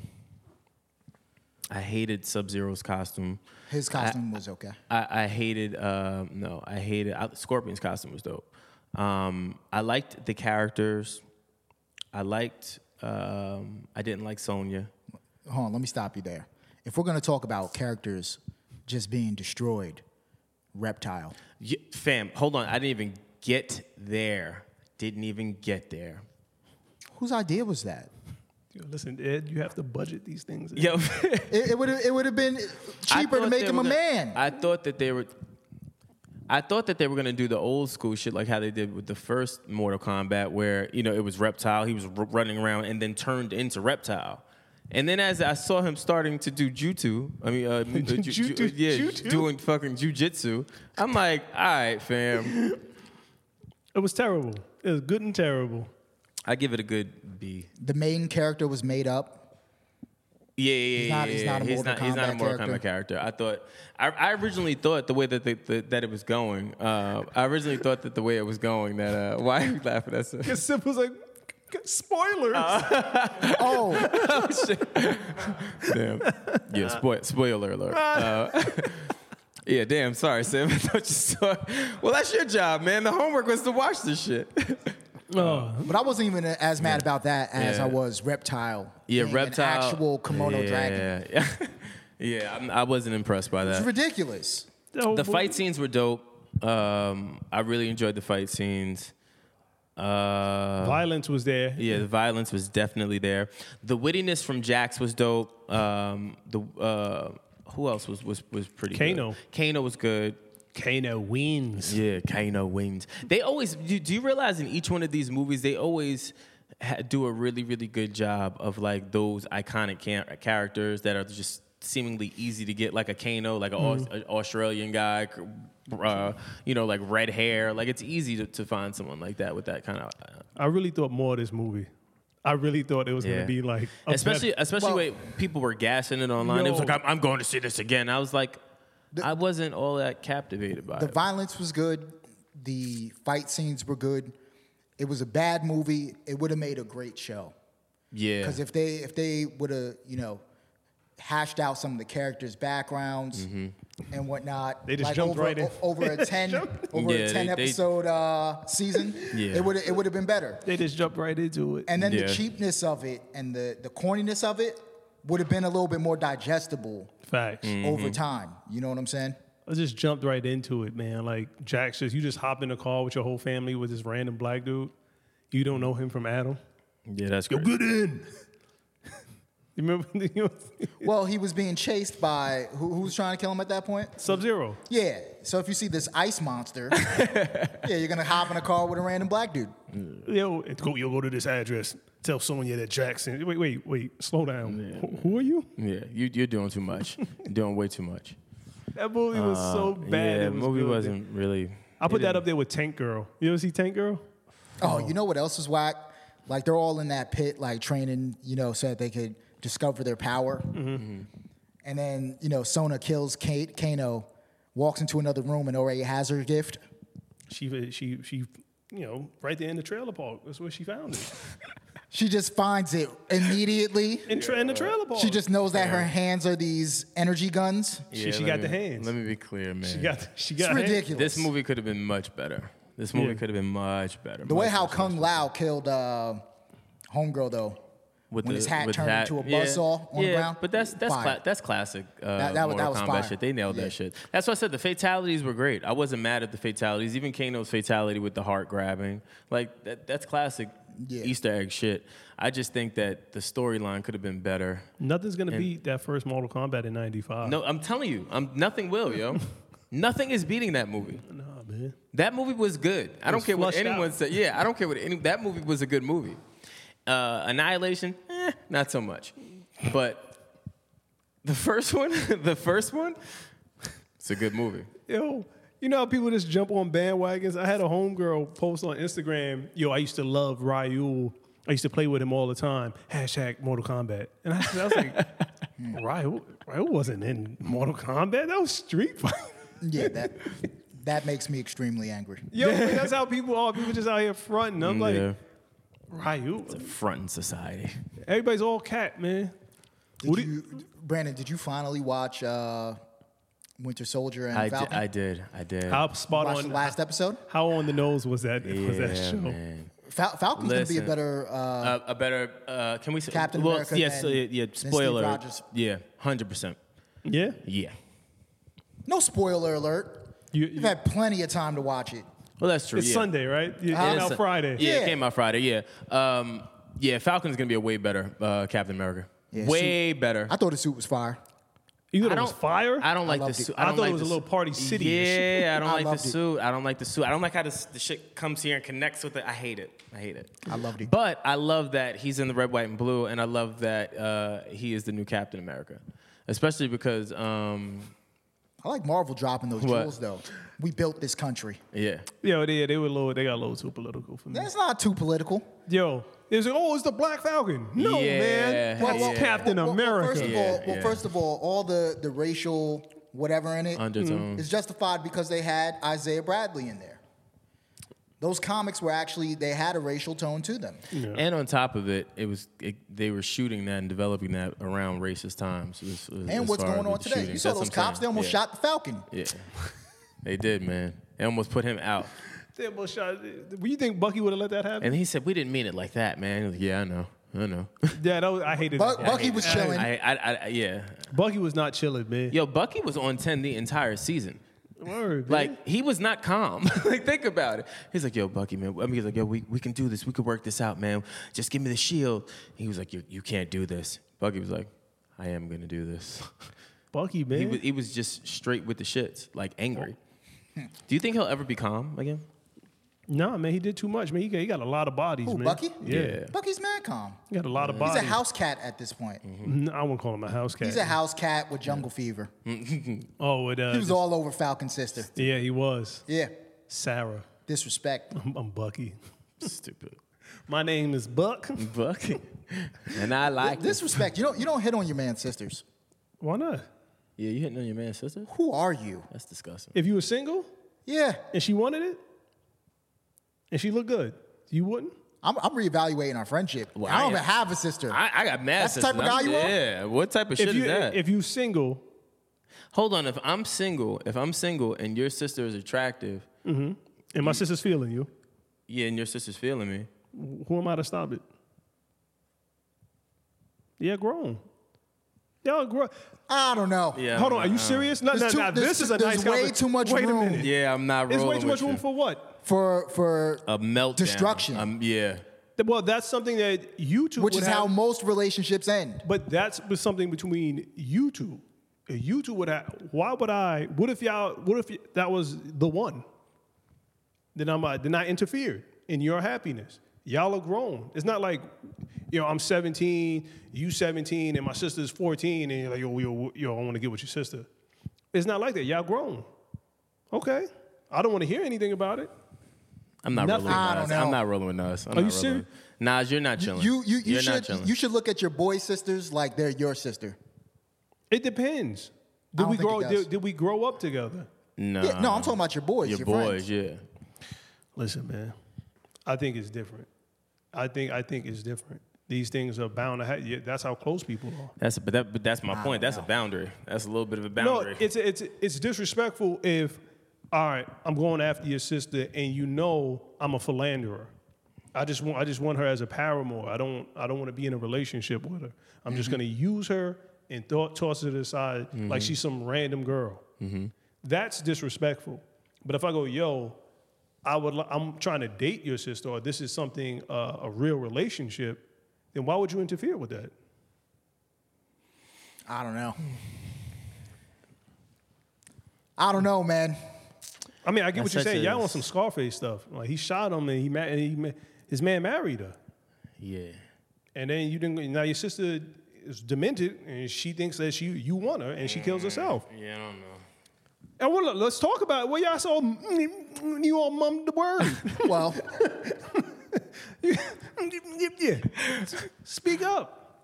Speaker 5: I hated Sub Zero's costume.
Speaker 4: his costume was okay.
Speaker 5: I, I hated um no, I hated I, Scorpion's costume was dope. Um, I liked the characters. I liked. Um, I didn't like Sonya.
Speaker 4: Hold on, let me stop you there. If we're gonna talk about characters just being destroyed, reptile.
Speaker 5: Y fam, hold on. I didn't even get there. Didn't even get there.
Speaker 4: Whose idea was that?
Speaker 3: Yo, listen, Ed, you have to budget these things.
Speaker 5: Yo,
Speaker 4: It would it would have been
Speaker 5: I
Speaker 4: cheaper to
Speaker 5: thought
Speaker 4: make
Speaker 5: they
Speaker 4: him
Speaker 5: were
Speaker 4: a
Speaker 5: gonna-
Speaker 4: man.
Speaker 5: I thought that they were. I thought that they were gonna do the old school shit like how they did with the first Mortal Kombat, where you know it was Reptile, he was r- running around and then turned into Reptile, and then as I saw him starting to do Jutsu, I mean, uh, mu- uh, ju- ju-
Speaker 3: Jutu-
Speaker 5: yeah,
Speaker 3: Jutu?
Speaker 5: doing fucking Jujitsu, I'm like, all right, fam,
Speaker 3: It was terrible. It was good and terrible.
Speaker 5: I give it a good B.
Speaker 4: the main character was made up.
Speaker 5: Yeah, yeah, yeah.
Speaker 4: not-
Speaker 5: yeah,
Speaker 4: he's not a
Speaker 5: yeah.
Speaker 4: Mortal
Speaker 5: he's not a
Speaker 4: Kombat
Speaker 5: Mortal Kombat character. I thought, I, I originally thought the way that they, that that it was going. Uh, I originally thought that the way it was going. That uh, why are you laughing? That's a,
Speaker 3: Because Sip was like, spoilers.
Speaker 4: Oh,
Speaker 5: damn. Yeah, spoil, spoiler alert. Uh, yeah, damn. Sorry, Sam. I thought you saw. Well, that's your job, man. The homework was to watch this shit.
Speaker 3: Oh.
Speaker 4: but I wasn't even as mad about that as
Speaker 5: Yeah.
Speaker 4: I was reptile.
Speaker 5: Yeah,
Speaker 4: being
Speaker 5: reptile.
Speaker 4: An actual kimono
Speaker 5: yeah,
Speaker 4: dragon.
Speaker 5: Yeah, yeah. I'm, I wasn't impressed by that.
Speaker 4: It's ridiculous.
Speaker 5: the fight scenes were dope. Um, I really enjoyed the fight scenes. Uh,
Speaker 3: Violence was there.
Speaker 5: yeah, the violence was definitely there. The wittiness from Jax was dope. Um, the uh, who else was was was pretty.
Speaker 3: Kano.
Speaker 5: Good? Kano was good.
Speaker 3: Kano wins.
Speaker 5: Yeah, Kano wings. They always. Do, do you realize in each one of these movies they always ha- do a really really good job of like those iconic ca- characters that are just seemingly easy to get, like a Kano, like an Australian guy. c- Uh, you know, like red hair. Like it's easy to, to find someone like that with that kind of. Uh,
Speaker 3: I really thought more of this movie. I really thought it was
Speaker 5: Yeah.
Speaker 3: gonna be like, a
Speaker 5: especially especially
Speaker 4: Well-
Speaker 5: when people were gassing it online. It was
Speaker 3: Yo.
Speaker 5: like I'm, I'm going to see this again. I was like, I wasn't all that captivated by
Speaker 4: The
Speaker 5: it.
Speaker 4: violence was good. The fight scenes were good. It was a bad movie. It would have made a great show.
Speaker 5: Yeah,
Speaker 4: Because if they if they would have you know hashed out some of the characters' backgrounds
Speaker 5: Mm-hmm.
Speaker 4: and whatnot,
Speaker 3: They just jumped
Speaker 4: over,
Speaker 3: right in.
Speaker 4: o- over a ten over
Speaker 5: Yeah,
Speaker 4: a ten
Speaker 5: they- they-
Speaker 4: episode uh, season,
Speaker 5: Yeah.
Speaker 4: it would it would have been better.
Speaker 3: they just jumped right into it.
Speaker 4: And then
Speaker 5: Yeah.
Speaker 4: the cheapness of it and the the corniness of it would have been a little bit more digestible
Speaker 3: Facts.
Speaker 5: Mm.
Speaker 4: over
Speaker 5: Mm-hmm.
Speaker 4: time. You know what I'm saying?
Speaker 3: I just jumped right into it, man. Like Jack says, you just hop in the car with your whole family with this random black dude. You don't know him from Adam.
Speaker 5: yeah, that's good.
Speaker 3: in. you remember
Speaker 4: Well, he was being chased by who, who was trying to kill him at that point?
Speaker 3: Sub Zero?
Speaker 4: Yeah. So if you see this ice monster, yeah, you're gonna hop in a car with a random black dude.
Speaker 3: Yo, it's go, yo, go to this address. Tell Sonya that Jackson. Wait, wait, wait. Slow down. Who- Who are you?
Speaker 5: Yeah, you, you're doing too much. you're doing way too much.
Speaker 3: That movie was so bad.
Speaker 5: Uh, Yeah,
Speaker 3: it was
Speaker 5: movie
Speaker 3: good.
Speaker 5: wasn't really.
Speaker 3: I put that up there with Tank Girl. You ever see Tank Girl?
Speaker 4: Oh, you know what else is whack? Like they're all in that pit, like training, you know, so that they could discover their power.
Speaker 5: Mm-hmm.
Speaker 4: And then, you know, Sona kills Kate, Kano, walks into another room and already has her gift.
Speaker 3: She she she you know, right there in the trailer park. That's where she found it.
Speaker 4: She just finds it immediately.
Speaker 3: In, tra- in the trailer park.
Speaker 4: She just knows that her hands are these energy guns.
Speaker 3: she, she got the hands.
Speaker 5: Let me be clear, man.
Speaker 3: she got she
Speaker 4: It's
Speaker 3: got hands.
Speaker 4: ridiculous.
Speaker 5: this movie could have been much better. This movie could have been much better.
Speaker 4: The way how Kung Lao killed uh, Homegirl, though,
Speaker 5: With
Speaker 4: When
Speaker 5: the,
Speaker 4: his hat
Speaker 5: with
Speaker 4: turned
Speaker 5: hat.
Speaker 4: into a
Speaker 5: yeah.
Speaker 4: buzzsaw on the
Speaker 5: yeah,
Speaker 4: ground?
Speaker 5: But that's that's
Speaker 4: Fire.
Speaker 5: cla- that's classic. Uh,
Speaker 4: That- that was- that
Speaker 5: Mortal
Speaker 4: was
Speaker 5: Kombat
Speaker 4: fire.
Speaker 5: shit. They nailed
Speaker 4: Yeah.
Speaker 5: that shit. That's why I said the fatalities were great. I wasn't mad at the fatalities. Even Kano's fatality with the heart grabbing, like that, that's classic
Speaker 4: Yeah.
Speaker 5: Easter egg shit. I just think that the storyline could have been better.
Speaker 3: Nothing's gonna beat that first Mortal Kombat in '95.
Speaker 5: No, I'm telling you, I'm nothing will, yo. nothing is beating that movie.
Speaker 3: nah, man.
Speaker 5: That movie was good. I don't
Speaker 3: was
Speaker 5: care what
Speaker 3: flushed
Speaker 5: anyone
Speaker 3: out.
Speaker 5: said. Yeah, I don't care what any. That movie was a good movie. Uh, Annihilation, eh, not so much. But the first one, the first one, it's a good movie.
Speaker 3: Yo, you know how people just jump on bandwagons? I had a homegirl post on Instagram, yo, I used to love Ryul. I used to play with him all the time. Hashtag Mortal Kombat. And I, I was like, Ryul, Ryul wasn't in Mortal Kombat. That was Street Fighter.
Speaker 4: Yeah, that that makes me extremely angry.
Speaker 3: Yo, that's how people are. People just out here fronting. I'm like, Ryul.
Speaker 5: Fronting society.
Speaker 3: Everybody's all cat, man.
Speaker 4: Did
Speaker 3: What do
Speaker 4: you, Brandon? Did you finally watch uh, Winter Soldier and
Speaker 5: I did,
Speaker 4: Falcon?
Speaker 5: I did. I did.
Speaker 3: How spot
Speaker 4: watched
Speaker 3: on.
Speaker 4: the last episode.
Speaker 3: How on the nose was that? was that
Speaker 5: Yeah,
Speaker 3: show?
Speaker 5: man.
Speaker 4: Fal- Falcon's gonna be a
Speaker 5: Listen.
Speaker 4: better. Uh,
Speaker 5: a, a better uh, can we say
Speaker 4: Captain
Speaker 5: well,
Speaker 4: America
Speaker 5: Yes,
Speaker 4: than-
Speaker 5: yeah, yeah.
Speaker 4: than Steve
Speaker 5: Spoiler.
Speaker 4: Rogers.
Speaker 5: Yeah, hundred percent.
Speaker 3: Yeah.
Speaker 5: Yeah.
Speaker 4: no spoiler alert.
Speaker 3: You-
Speaker 4: You've had plenty of time to watch it.
Speaker 5: Well, that's true.
Speaker 3: It's
Speaker 5: yeah.
Speaker 3: Sunday, right? You-
Speaker 4: Uh,
Speaker 3: and out
Speaker 5: It's-
Speaker 3: Friday.
Speaker 5: Yeah,
Speaker 4: Yeah.
Speaker 5: it came out Friday. Yeah. Um, yeah, Falcon's gonna be a way better uh, Captain America.
Speaker 4: Yeah,
Speaker 5: way better.
Speaker 4: I thought the suit was fire.
Speaker 3: You thought
Speaker 5: I
Speaker 3: it was
Speaker 5: don't-
Speaker 3: fire?
Speaker 5: I don't like
Speaker 4: loved
Speaker 5: the
Speaker 4: it.
Speaker 5: suit.
Speaker 3: I
Speaker 5: don't
Speaker 3: thought it
Speaker 5: like
Speaker 3: was a
Speaker 5: the
Speaker 3: little
Speaker 5: suit.
Speaker 3: party city and shit.
Speaker 5: Yeah, I don't
Speaker 4: I
Speaker 5: like the
Speaker 4: loved it.
Speaker 5: suit. I don't like the suit. I don't like how this, the shit comes here and connects with it. I hate it. I hate it.
Speaker 4: I loved it.
Speaker 5: But I love that he's in the red, white, and blue, and I love that uh, he is the new Captain America, especially because um,
Speaker 4: I like Marvel dropping those
Speaker 5: What?
Speaker 4: jewels though. We built this country.
Speaker 5: yeah,
Speaker 3: Yo, they, they were a little, they got a little too political for me.
Speaker 4: That's not too political.
Speaker 3: Yo, it was like, oh, it's the Black Falcon. No,
Speaker 5: Yeah,
Speaker 3: man, that's
Speaker 5: yeah.
Speaker 3: Captain
Speaker 4: Well, well,
Speaker 3: America.
Speaker 4: first of
Speaker 5: Yeah,
Speaker 4: all, well,
Speaker 5: yeah.
Speaker 4: first of all, all the the racial whatever in it
Speaker 5: undertone.
Speaker 4: is justified because they had Isaiah Bradley in there. Those comics were actually they had a racial tone to them.
Speaker 5: And on top of it, it was it, they were shooting that and developing that around racist times. as- as-
Speaker 4: And
Speaker 5: as
Speaker 4: what's
Speaker 5: far
Speaker 4: going
Speaker 5: with
Speaker 4: on
Speaker 5: the
Speaker 4: today?
Speaker 5: shooting.
Speaker 4: You saw
Speaker 5: That's
Speaker 4: those
Speaker 5: what I'm
Speaker 4: cops; they
Speaker 5: saying.
Speaker 4: almost
Speaker 5: Yeah.
Speaker 4: shot the Falcon.
Speaker 5: Yeah, they did, man. They almost put him out.
Speaker 3: They almost shot. Well, you think Bucky would have let that happen?
Speaker 5: And he said, "We didn't mean it like that, man." He was, yeah, I know, I know.
Speaker 3: yeah, that was, I hated
Speaker 4: Bu-
Speaker 3: that.
Speaker 4: Bucky was chilling.
Speaker 5: I, I, I, I- yeah.
Speaker 3: Bucky was not chilling, man.
Speaker 5: Yo, Bucky was on ten the entire season.
Speaker 3: Word, man.
Speaker 5: Like he was not calm. like think about it. He's like, "Yo, Bucky, man." I mean, he's like, "Yo, we, we can do this. We can work this out, man. Just give me the shield." He was like, "You you can't do this." Bucky was like, "I am gonna do this."
Speaker 3: Bucky, man.
Speaker 5: He was, he was just straight with the shits, like angry.
Speaker 3: Hmm.
Speaker 5: Do you think he'll ever be calm again?
Speaker 3: nah, man, he did too much, man. He got, he got a lot of bodies,
Speaker 4: Who,
Speaker 3: man.
Speaker 4: Bucky?
Speaker 3: Yeah.
Speaker 5: Yeah.
Speaker 4: Bucky's mad calm.
Speaker 3: he got a lot of
Speaker 4: He's
Speaker 3: bodies.
Speaker 4: a house cat at this point.
Speaker 5: Mm-hmm.
Speaker 3: No, I won't call him a house cat.
Speaker 4: He's a house cat with jungle fever.
Speaker 3: oh, it, uh,
Speaker 4: He was
Speaker 3: just-
Speaker 4: all over Falcon's sister.
Speaker 3: yeah, he was.
Speaker 4: Yeah,
Speaker 3: Sarah,
Speaker 4: disrespect.
Speaker 3: I'm, I'm Bucky.
Speaker 5: Stupid.
Speaker 3: My name is Buck.
Speaker 5: Bucky. and I like this.
Speaker 4: Disrespect. You don't you don't hit on your man's sisters.
Speaker 3: Why not?
Speaker 5: Yeah, you hitting on your man's sister?
Speaker 4: Who are you?
Speaker 5: That's disgusting.
Speaker 3: If you were single
Speaker 4: Yeah,
Speaker 3: and she wanted it, and she looked good, you wouldn't.
Speaker 4: I'm, I'm reevaluating our friendship.
Speaker 5: Well,
Speaker 4: I
Speaker 5: I
Speaker 4: don't
Speaker 5: am-
Speaker 4: even have a sister.
Speaker 5: I, I got mad.
Speaker 4: That's the type of
Speaker 5: sisters.
Speaker 4: guy you are?
Speaker 5: Yeah. What type of shit
Speaker 3: if you
Speaker 5: is that?
Speaker 3: if you single,
Speaker 5: Hold on. If I'm single, if I'm single and your sister is attractive,
Speaker 3: And my sister's feeling you.
Speaker 5: yeah, and your sister's feeling me.
Speaker 3: Who am I to stop it? Yeah, grown. Y'all grown.
Speaker 4: I don't know.
Speaker 5: Yeah.
Speaker 3: Hold
Speaker 5: I'm
Speaker 3: on, are you
Speaker 5: not-
Speaker 3: serious? No, no,
Speaker 4: There's too-
Speaker 3: no.
Speaker 4: there's
Speaker 3: This is a
Speaker 4: too-
Speaker 3: nice.
Speaker 4: there's way
Speaker 3: conver-
Speaker 4: too much
Speaker 3: Wait
Speaker 4: room.
Speaker 3: a minute.
Speaker 5: Yeah, I'm not
Speaker 3: It's
Speaker 5: rolling
Speaker 3: way too much
Speaker 5: with
Speaker 3: room
Speaker 5: you.
Speaker 3: for what?
Speaker 4: For for
Speaker 5: a meltdown,
Speaker 4: Destruction.
Speaker 5: Um, yeah.
Speaker 3: Th- Well, that's something that you two.
Speaker 4: which
Speaker 3: would
Speaker 4: is
Speaker 3: have,
Speaker 4: how most relationships end.
Speaker 3: But that's was something between you two. You two would have. Why would I? What if y'all? What if y- that was the one? Then I'm. Uh, then I interfered in your happiness. Y'all are grown. It's not like, you know, I'm 17, you 17, and my sister's 14, and you're like, yo, yo, yo, I want to get with your sister. It's not like that. Y'all grown. Okay. I don't want to hear anything about it.
Speaker 5: I'm not
Speaker 3: Nothing.
Speaker 5: rolling
Speaker 4: I
Speaker 5: with
Speaker 4: don't
Speaker 5: Nas. I'm
Speaker 4: know.
Speaker 5: not rolling with Nas. I'm
Speaker 3: Are
Speaker 5: not
Speaker 3: you
Speaker 5: rolling.
Speaker 3: serious?
Speaker 5: Nas, you're not chilling.
Speaker 4: You you you
Speaker 5: are not
Speaker 4: should
Speaker 5: chilling.
Speaker 4: you should look at your boy sisters like they're your sister.
Speaker 3: It depends.
Speaker 4: I
Speaker 3: Did
Speaker 4: don't
Speaker 3: we
Speaker 4: think
Speaker 3: grow?
Speaker 4: it does.
Speaker 3: Did, did we grow up together?
Speaker 5: no.
Speaker 4: Yeah, no, I'm talking about your boys.
Speaker 5: Uh-uh. your,
Speaker 4: Your,
Speaker 5: boys,
Speaker 4: friends.
Speaker 5: yeah.
Speaker 3: Listen, man, I think it's different. I think I think it's different. These things are bound to happen. Yeah, that's how close people are.
Speaker 5: That's but that but that's my point. That's a boundary. That's a little bit of a boundary.
Speaker 3: No, it's it's it's disrespectful if all right, I'm going after your sister and you know I'm a philanderer. I just want I just want her as a paramour. I don't I don't want to be in a relationship with her. I'm just gonna use her and th- toss her to the side like she's some random girl. That's disrespectful. But if I go, yo, I would li- I'm trying to date your sister, or this is something uh, a real relationship, then why would you interfere with that?
Speaker 4: I don't know. I don't know, man.
Speaker 3: I mean, I get what you're
Speaker 5: such
Speaker 3: saying.
Speaker 5: a-
Speaker 3: Y'all want some Scarface stuff? Like he shot him and he, ma- and he ma- his man married her.
Speaker 5: Yeah.
Speaker 3: And then you didn't. Now your sister is demented, and she thinks that she you want her, and she kills herself.
Speaker 5: Yeah, I don't know.
Speaker 3: And well, let's talk about it. Well, y'all saw you all mum the word.
Speaker 4: Well,
Speaker 3: yeah, speak up.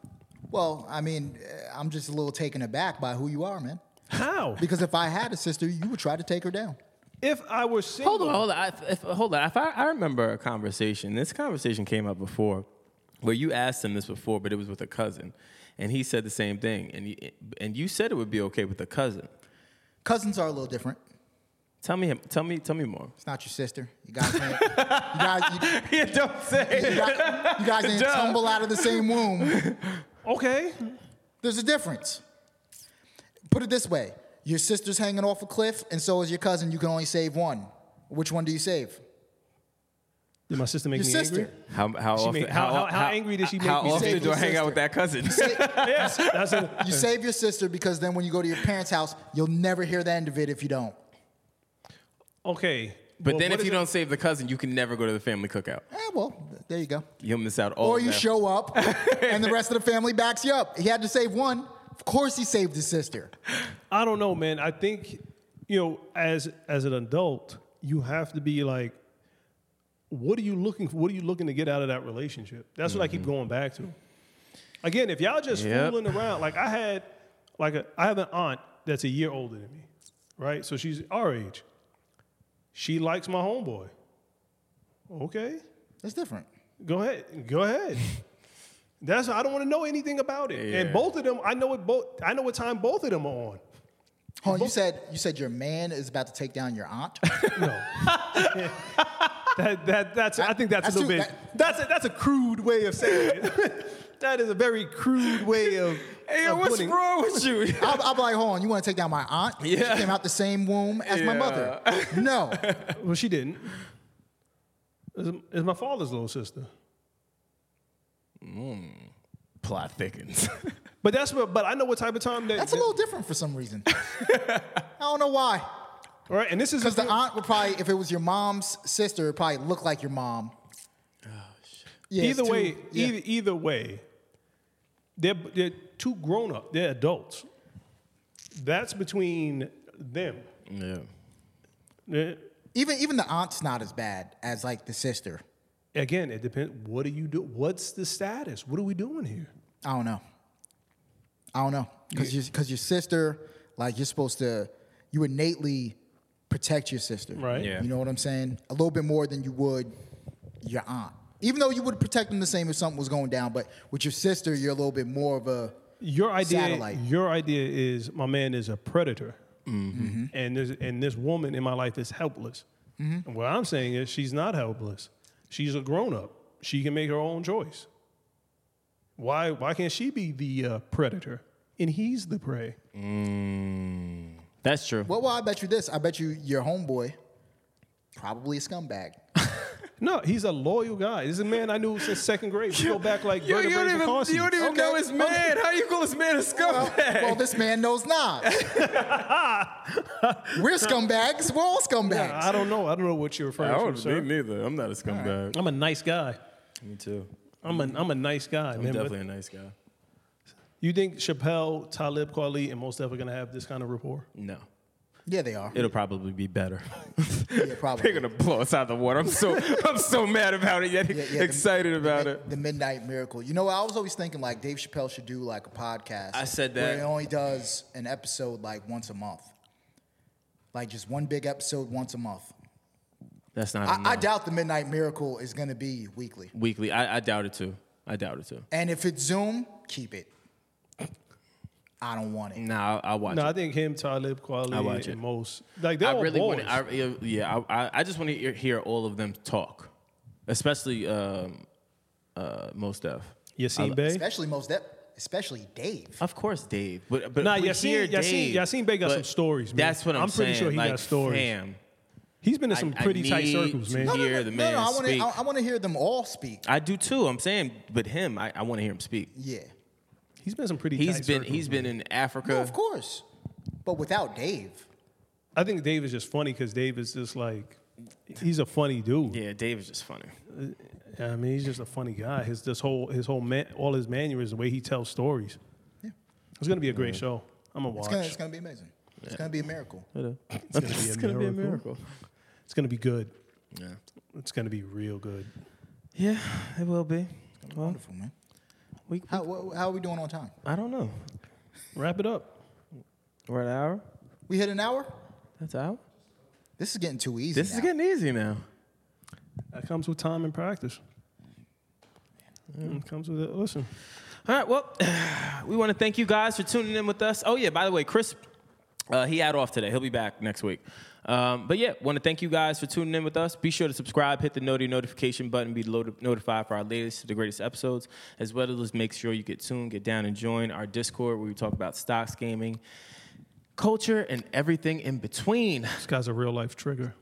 Speaker 4: well, I mean, eh, I'm just a little taken aback by who you are, man.
Speaker 3: How?
Speaker 4: Because if I had a sister, you would try to take her down.
Speaker 3: If I were single,
Speaker 5: Hold on, hold on. I, if, hold on. If I, I remember a conversation, this conversation came up before, where you asked him this before, but it was with a cousin, and he said the same thing, and you, and you said it would be okay with a cousin.
Speaker 4: Cousins are a little different.
Speaker 5: Tell me, him. tell me, tell me more.
Speaker 4: It's not your sister. You guys didn't, you guys, you,
Speaker 5: yeah, don't
Speaker 4: you
Speaker 5: say.
Speaker 4: guys, you guys didn't
Speaker 5: Duh.
Speaker 4: tumble out of the same womb.
Speaker 3: Okay,
Speaker 4: There's a difference. Put it this way your sister's hanging off a cliff, and so is your cousin. You can only save one. Which one do you save?
Speaker 3: did my sister make
Speaker 4: Your
Speaker 3: me
Speaker 4: sister.
Speaker 3: angry?
Speaker 5: How how often?
Speaker 3: made- how- how- how angry did she make
Speaker 5: How
Speaker 3: you?
Speaker 5: often
Speaker 4: Save
Speaker 5: do I
Speaker 4: your
Speaker 5: hang out with
Speaker 4: sister.
Speaker 5: that cousin?
Speaker 3: Yes, that's it.
Speaker 4: You save your sister because then when you go to your parents' house, you'll never hear the end of it if you don't.
Speaker 3: Okay,
Speaker 5: But
Speaker 3: Well,
Speaker 5: then
Speaker 3: what
Speaker 5: if
Speaker 3: is
Speaker 5: you
Speaker 3: it-
Speaker 5: don't save the cousin, you can never go to the family cookout.
Speaker 4: Eh, well, there you go.
Speaker 5: You'll miss out all.
Speaker 4: Or
Speaker 5: of
Speaker 4: you
Speaker 5: that.
Speaker 4: show up and the rest of the family backs you up. He had to save one. Of course he saved his sister.
Speaker 3: I don't know, man. I think you know, as as an adult, you have to be like, what are you looking for? What are you looking to get out of that relationship? That's what I keep going back to. Again, if y'all just
Speaker 5: Mm-hmm. Yep.
Speaker 3: fooling around, like I had, like a, I have an aunt that's a year older than me, right? So she's our age. She likes my homeboy. Okay,
Speaker 4: That's different.
Speaker 3: go ahead, go ahead. That's I don't want to know anything about it. And
Speaker 5: Yeah.
Speaker 3: both of them, I know what both I know what time both of them are on.
Speaker 4: Hold on, you said you said your man is about to take down your aunt.
Speaker 3: No. that, that, that's, I think that's,
Speaker 4: That's
Speaker 3: a little
Speaker 4: too-
Speaker 3: bit,
Speaker 4: that-
Speaker 3: that's, a, that's a crude way of saying it. that is a very crude way of.
Speaker 5: Hey, yo,
Speaker 3: of
Speaker 5: what's
Speaker 3: putting-
Speaker 5: wrong with you?
Speaker 4: I'll, I'll be like, hold on, you want to take down my aunt?
Speaker 5: Yeah.
Speaker 4: She came out the same womb as my mother. No.
Speaker 3: Well, she didn't. It's, it's my father's little sister.
Speaker 5: Plot thickens.
Speaker 3: But that's what, but I know what type of time that.
Speaker 4: That's a little different for some reason. I don't know why.
Speaker 3: All right, and this is.
Speaker 4: Because the aunt would probably, if it was your mom's sister, it would probably look like your mom. Oh, shit. Yeah, it's
Speaker 3: either
Speaker 4: too-
Speaker 3: way,
Speaker 4: yeah.
Speaker 3: either, either way, they're, they're too grown up. They're adults. That's between them.
Speaker 5: yeah.
Speaker 3: Eh,
Speaker 4: even even the aunt's not as bad as like the sister.
Speaker 3: Again, it depends. What do you do? What's the status? What are we doing here?
Speaker 4: I don't know. I don't know because because your sister, like you're supposed to, you innately protect your sister,
Speaker 3: Right. Yeah.
Speaker 4: You know what I'm saying? A little bit more than you would your aunt, even though you would protect them the same if something was going down. But with your sister, you're a little bit more of a
Speaker 3: Your idea,
Speaker 4: Satellite.
Speaker 3: your idea is my man is a predator,
Speaker 5: Mm-hmm.
Speaker 3: and this and this woman in my life is helpless. And what I'm saying is she's not helpless. She's a grown up. She can make her own choice. Why why can't she be the uh, predator and he's the prey?
Speaker 5: Mm, That's true.
Speaker 4: well. Well, I bet you this. I bet you your homeboy probably a scumbag.
Speaker 3: No, he's a loyal guy. This is a man I knew since second grade. We go back like
Speaker 5: You, you
Speaker 3: vertebrae
Speaker 5: don't
Speaker 3: to
Speaker 5: even,
Speaker 3: Carson.
Speaker 5: you don't even
Speaker 4: Okay,
Speaker 5: know his
Speaker 4: okay.
Speaker 5: man. How you call this man a scumbag?
Speaker 4: well, this man knows not. We're scumbags. We're all scumbags.
Speaker 3: I don't know. I don't know what you're referring to, sir.
Speaker 5: neither. I'm not a scumbag.
Speaker 3: I'm a nice guy.
Speaker 5: Me too.
Speaker 3: I'm a I'm a nice guy,
Speaker 5: I'm
Speaker 3: man. but-
Speaker 5: definitely a nice guy.
Speaker 3: You think Chappelle, Talib Kweli, and most definitely gonna have this kind of rapport?
Speaker 5: No.
Speaker 4: yeah, they are.
Speaker 5: It'll probably be better.
Speaker 4: Yeah, probably.
Speaker 5: They're gonna blow us out of the water. I'm so I'm so mad about it. Yet
Speaker 4: Yeah, yeah, the-
Speaker 5: excited about
Speaker 4: the,
Speaker 5: it.
Speaker 4: The Midnight Miracle. You know, I was always thinking like Dave Chappelle should do like a podcast.
Speaker 5: I said
Speaker 4: Where
Speaker 5: that.
Speaker 4: he only does an episode like once a month. Like just one big episode once a month.
Speaker 5: That's not.
Speaker 4: I, I
Speaker 5: enough.
Speaker 4: doubt the Midnight Miracle is going to be weekly.
Speaker 5: weekly. I, I doubt it too. I doubt it too.
Speaker 4: And if it's Zoom, keep it. I don't want it.
Speaker 5: Nah, I'll, I'll watch
Speaker 3: No, I
Speaker 5: it.
Speaker 3: think him, Talib Kweli,
Speaker 5: I watch
Speaker 3: and
Speaker 5: it.
Speaker 3: most like they're
Speaker 5: I
Speaker 3: all
Speaker 5: really
Speaker 3: boys.
Speaker 5: want. I, yeah, I, I- I just want to hear, hear all of them talk. especially um, uh, most Def.
Speaker 3: Yassine Bey.
Speaker 4: especially most that, especially Dave.
Speaker 5: Of course, Dave. But but
Speaker 3: Nah,
Speaker 5: we
Speaker 3: Yassine-
Speaker 5: hear
Speaker 3: Yassine-
Speaker 5: Dave,
Speaker 3: Yassine Bey got
Speaker 5: but
Speaker 3: some stories, man.
Speaker 5: That's what I'm,
Speaker 3: I'm pretty sure
Speaker 5: saying,
Speaker 3: he
Speaker 5: like,
Speaker 3: got stories.
Speaker 5: fam,
Speaker 3: He's been in some
Speaker 5: I- I
Speaker 3: pretty tight
Speaker 5: need
Speaker 3: circles,
Speaker 5: to
Speaker 3: man.
Speaker 5: hear the man
Speaker 4: no, no, I wanna-
Speaker 5: speak.
Speaker 4: I, I want to hear them all speak.
Speaker 5: I do too. I'm saying, but him, I, I want to hear him speak.
Speaker 4: Yeah,
Speaker 3: He's been some pretty.
Speaker 5: He's
Speaker 3: tight
Speaker 5: been
Speaker 3: circles,
Speaker 5: he's been in Africa.
Speaker 4: no, of course, but without Dave,
Speaker 3: I think Dave is just funny because Dave is just like, he's a funny dude.
Speaker 5: Yeah, Dave is just funny.
Speaker 3: I mean, he's just a funny guy. His this whole his whole man, all his mannerisms, the way he tells stories. It's gonna be a great show. I'm gonna watch.
Speaker 4: it's gonna, it's gonna be amazing. It's gonna be a miracle.
Speaker 3: It's gonna be a miracle. It's gonna be good.
Speaker 5: Yeah.
Speaker 3: It's gonna be real good.
Speaker 5: Yeah, it will be.
Speaker 4: Wonderful, man.
Speaker 5: We,
Speaker 4: How wh- how are we doing on time?
Speaker 5: I don't know.
Speaker 3: Wrap it up.
Speaker 5: We're an hour.
Speaker 4: We hit an hour.
Speaker 5: That's an hour.
Speaker 4: This is getting too easy.
Speaker 5: This is
Speaker 4: now.
Speaker 5: getting easy now.
Speaker 3: That comes with time and practice. It comes with it. Listen,
Speaker 5: All right. Well, we want to thank you guys for tuning in with us. Oh yeah, by the way, Chris, uh, he had off today. He'll be back next week. Um, but yeah, want to thank you guys for tuning in with us. Be sure to subscribe, hit the noti- notification button, be lo- notified for our latest, the greatest episodes, as well as make sure you get tuned, get down, and join our Discord where we talk about stocks, gaming, culture, and everything in between.
Speaker 3: this guy's a real life trigger.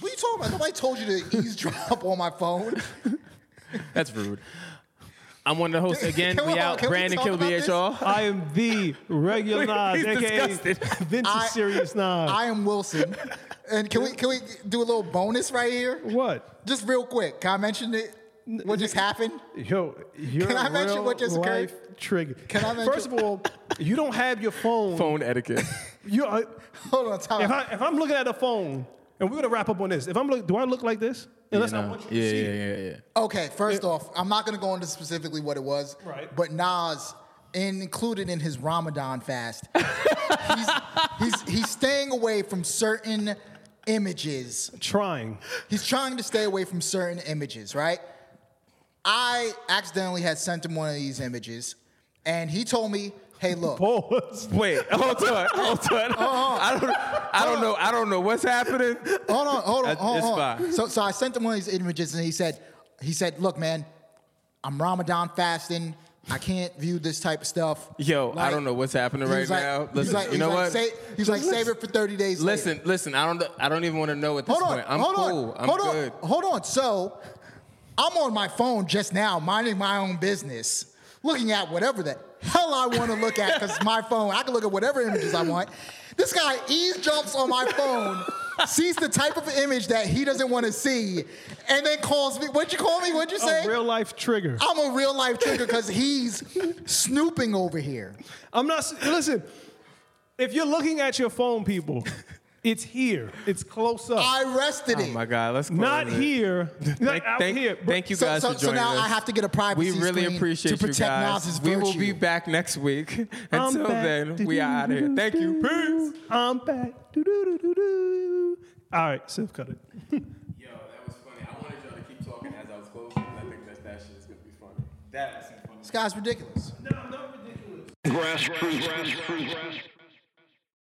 Speaker 4: What are you talking about? Nobody told you to eavesdrop on my phone.
Speaker 5: That's rude. I'm one of the hosts again.
Speaker 4: Can we-
Speaker 5: we out.
Speaker 4: can we
Speaker 5: Brandon
Speaker 4: talk
Speaker 5: Kilby
Speaker 4: about this?
Speaker 5: HR.
Speaker 3: I am the regular Nas,
Speaker 5: He's
Speaker 3: aka
Speaker 5: disgusted.
Speaker 3: Vince's
Speaker 4: I-
Speaker 3: Serious Nas.
Speaker 4: I am Wilson. And can we can we do a little bonus right here?
Speaker 3: what?
Speaker 4: Just real quick. Can I mention it? What just happened?
Speaker 3: Yo, you're
Speaker 4: Can I
Speaker 3: a
Speaker 4: mention
Speaker 3: real
Speaker 4: what just occurred?
Speaker 3: life Trigger.
Speaker 4: Can I mention-
Speaker 3: First of all, you don't have your phone.
Speaker 5: Phone etiquette.
Speaker 3: You, I-
Speaker 4: Hold on, time.
Speaker 3: if, I,
Speaker 4: out.
Speaker 3: if I'm looking at a phone, and we're gonna wrap up on this. If I'm look, do I look like this? Unless I want you to
Speaker 5: yeah,
Speaker 3: see
Speaker 5: yeah,
Speaker 3: it.
Speaker 5: yeah, yeah.
Speaker 4: okay, first off, I'm not gonna go into specifically what it was.
Speaker 3: Right.
Speaker 4: But Nas, included in his Ramadan fast, he's, he's he's staying away from certain images.
Speaker 3: Trying.
Speaker 4: He's trying to stay away from certain images, right? I accidentally had sent him one of these images, and he told me, "Hey, look,
Speaker 3: Pause.
Speaker 5: Wait, hold on, hold on.
Speaker 4: Uh-huh.
Speaker 5: I don't, I don't know, I don't know what's happening.
Speaker 4: hold on, hold on,
Speaker 5: That-
Speaker 4: hold
Speaker 5: it's
Speaker 4: on.
Speaker 5: fine.
Speaker 4: So, so I sent him one of these images, and he said, he said, look, man, I'm Ramadan fasting. I can't view this type of stuff.
Speaker 5: Yo, I
Speaker 4: Like,
Speaker 5: don't know what's happening
Speaker 4: he's
Speaker 5: right
Speaker 4: like-
Speaker 5: now.
Speaker 4: he's
Speaker 5: Listen,
Speaker 4: like-
Speaker 5: you
Speaker 4: he's
Speaker 5: know
Speaker 4: like,
Speaker 5: what?
Speaker 4: "Sa- he's like, save it for 30 days. later."
Speaker 5: listen, listen. I don't, I don't even want to know at this
Speaker 4: hold on,
Speaker 5: point. I'm
Speaker 4: hold
Speaker 5: cool.
Speaker 4: on,
Speaker 5: I'm
Speaker 4: hold
Speaker 5: good.
Speaker 4: on, hold on. So, I'm on my phone just now, minding my own business, looking at whatever the hell I want to look at because my phone. I can look at whatever images I want. This guy eavesdrops on my phone. Sees the type of image that he doesn't want to see, and then calls me. What'd you call me? What'd you say?
Speaker 3: A real life trigger.
Speaker 4: I'm a real life trigger because he's snooping over here.
Speaker 3: I'm not. s- Listen, if you're looking at your phone, people, it's here. It's close up.
Speaker 4: I rested
Speaker 5: Oh
Speaker 4: it.
Speaker 5: my God, let's close
Speaker 3: not
Speaker 5: it.
Speaker 3: here. Not
Speaker 5: Thank,
Speaker 3: out
Speaker 5: thank,
Speaker 3: here.
Speaker 5: thank you
Speaker 4: So-
Speaker 5: guys
Speaker 4: so-
Speaker 5: for
Speaker 4: so
Speaker 5: joining
Speaker 4: now
Speaker 5: us.
Speaker 4: I have to get a privacy
Speaker 5: We really
Speaker 4: screen
Speaker 5: appreciate
Speaker 4: to protect
Speaker 5: you guys.
Speaker 4: Nas's
Speaker 5: we will be
Speaker 4: virtue.
Speaker 5: back next week.
Speaker 3: I'm
Speaker 5: Until
Speaker 3: back.
Speaker 5: then, we are out of here. Thank you. Peace.
Speaker 3: I'm back. Do-do-do-do-do. All right, Sif, cut it.
Speaker 5: Yo, that was funny. I wanted y'all to keep talking as I was closing. I think that that shit's gonna be funny. That was funny.
Speaker 4: This guy's ridiculous.
Speaker 6: grass, fruit, grass, fruit, grass.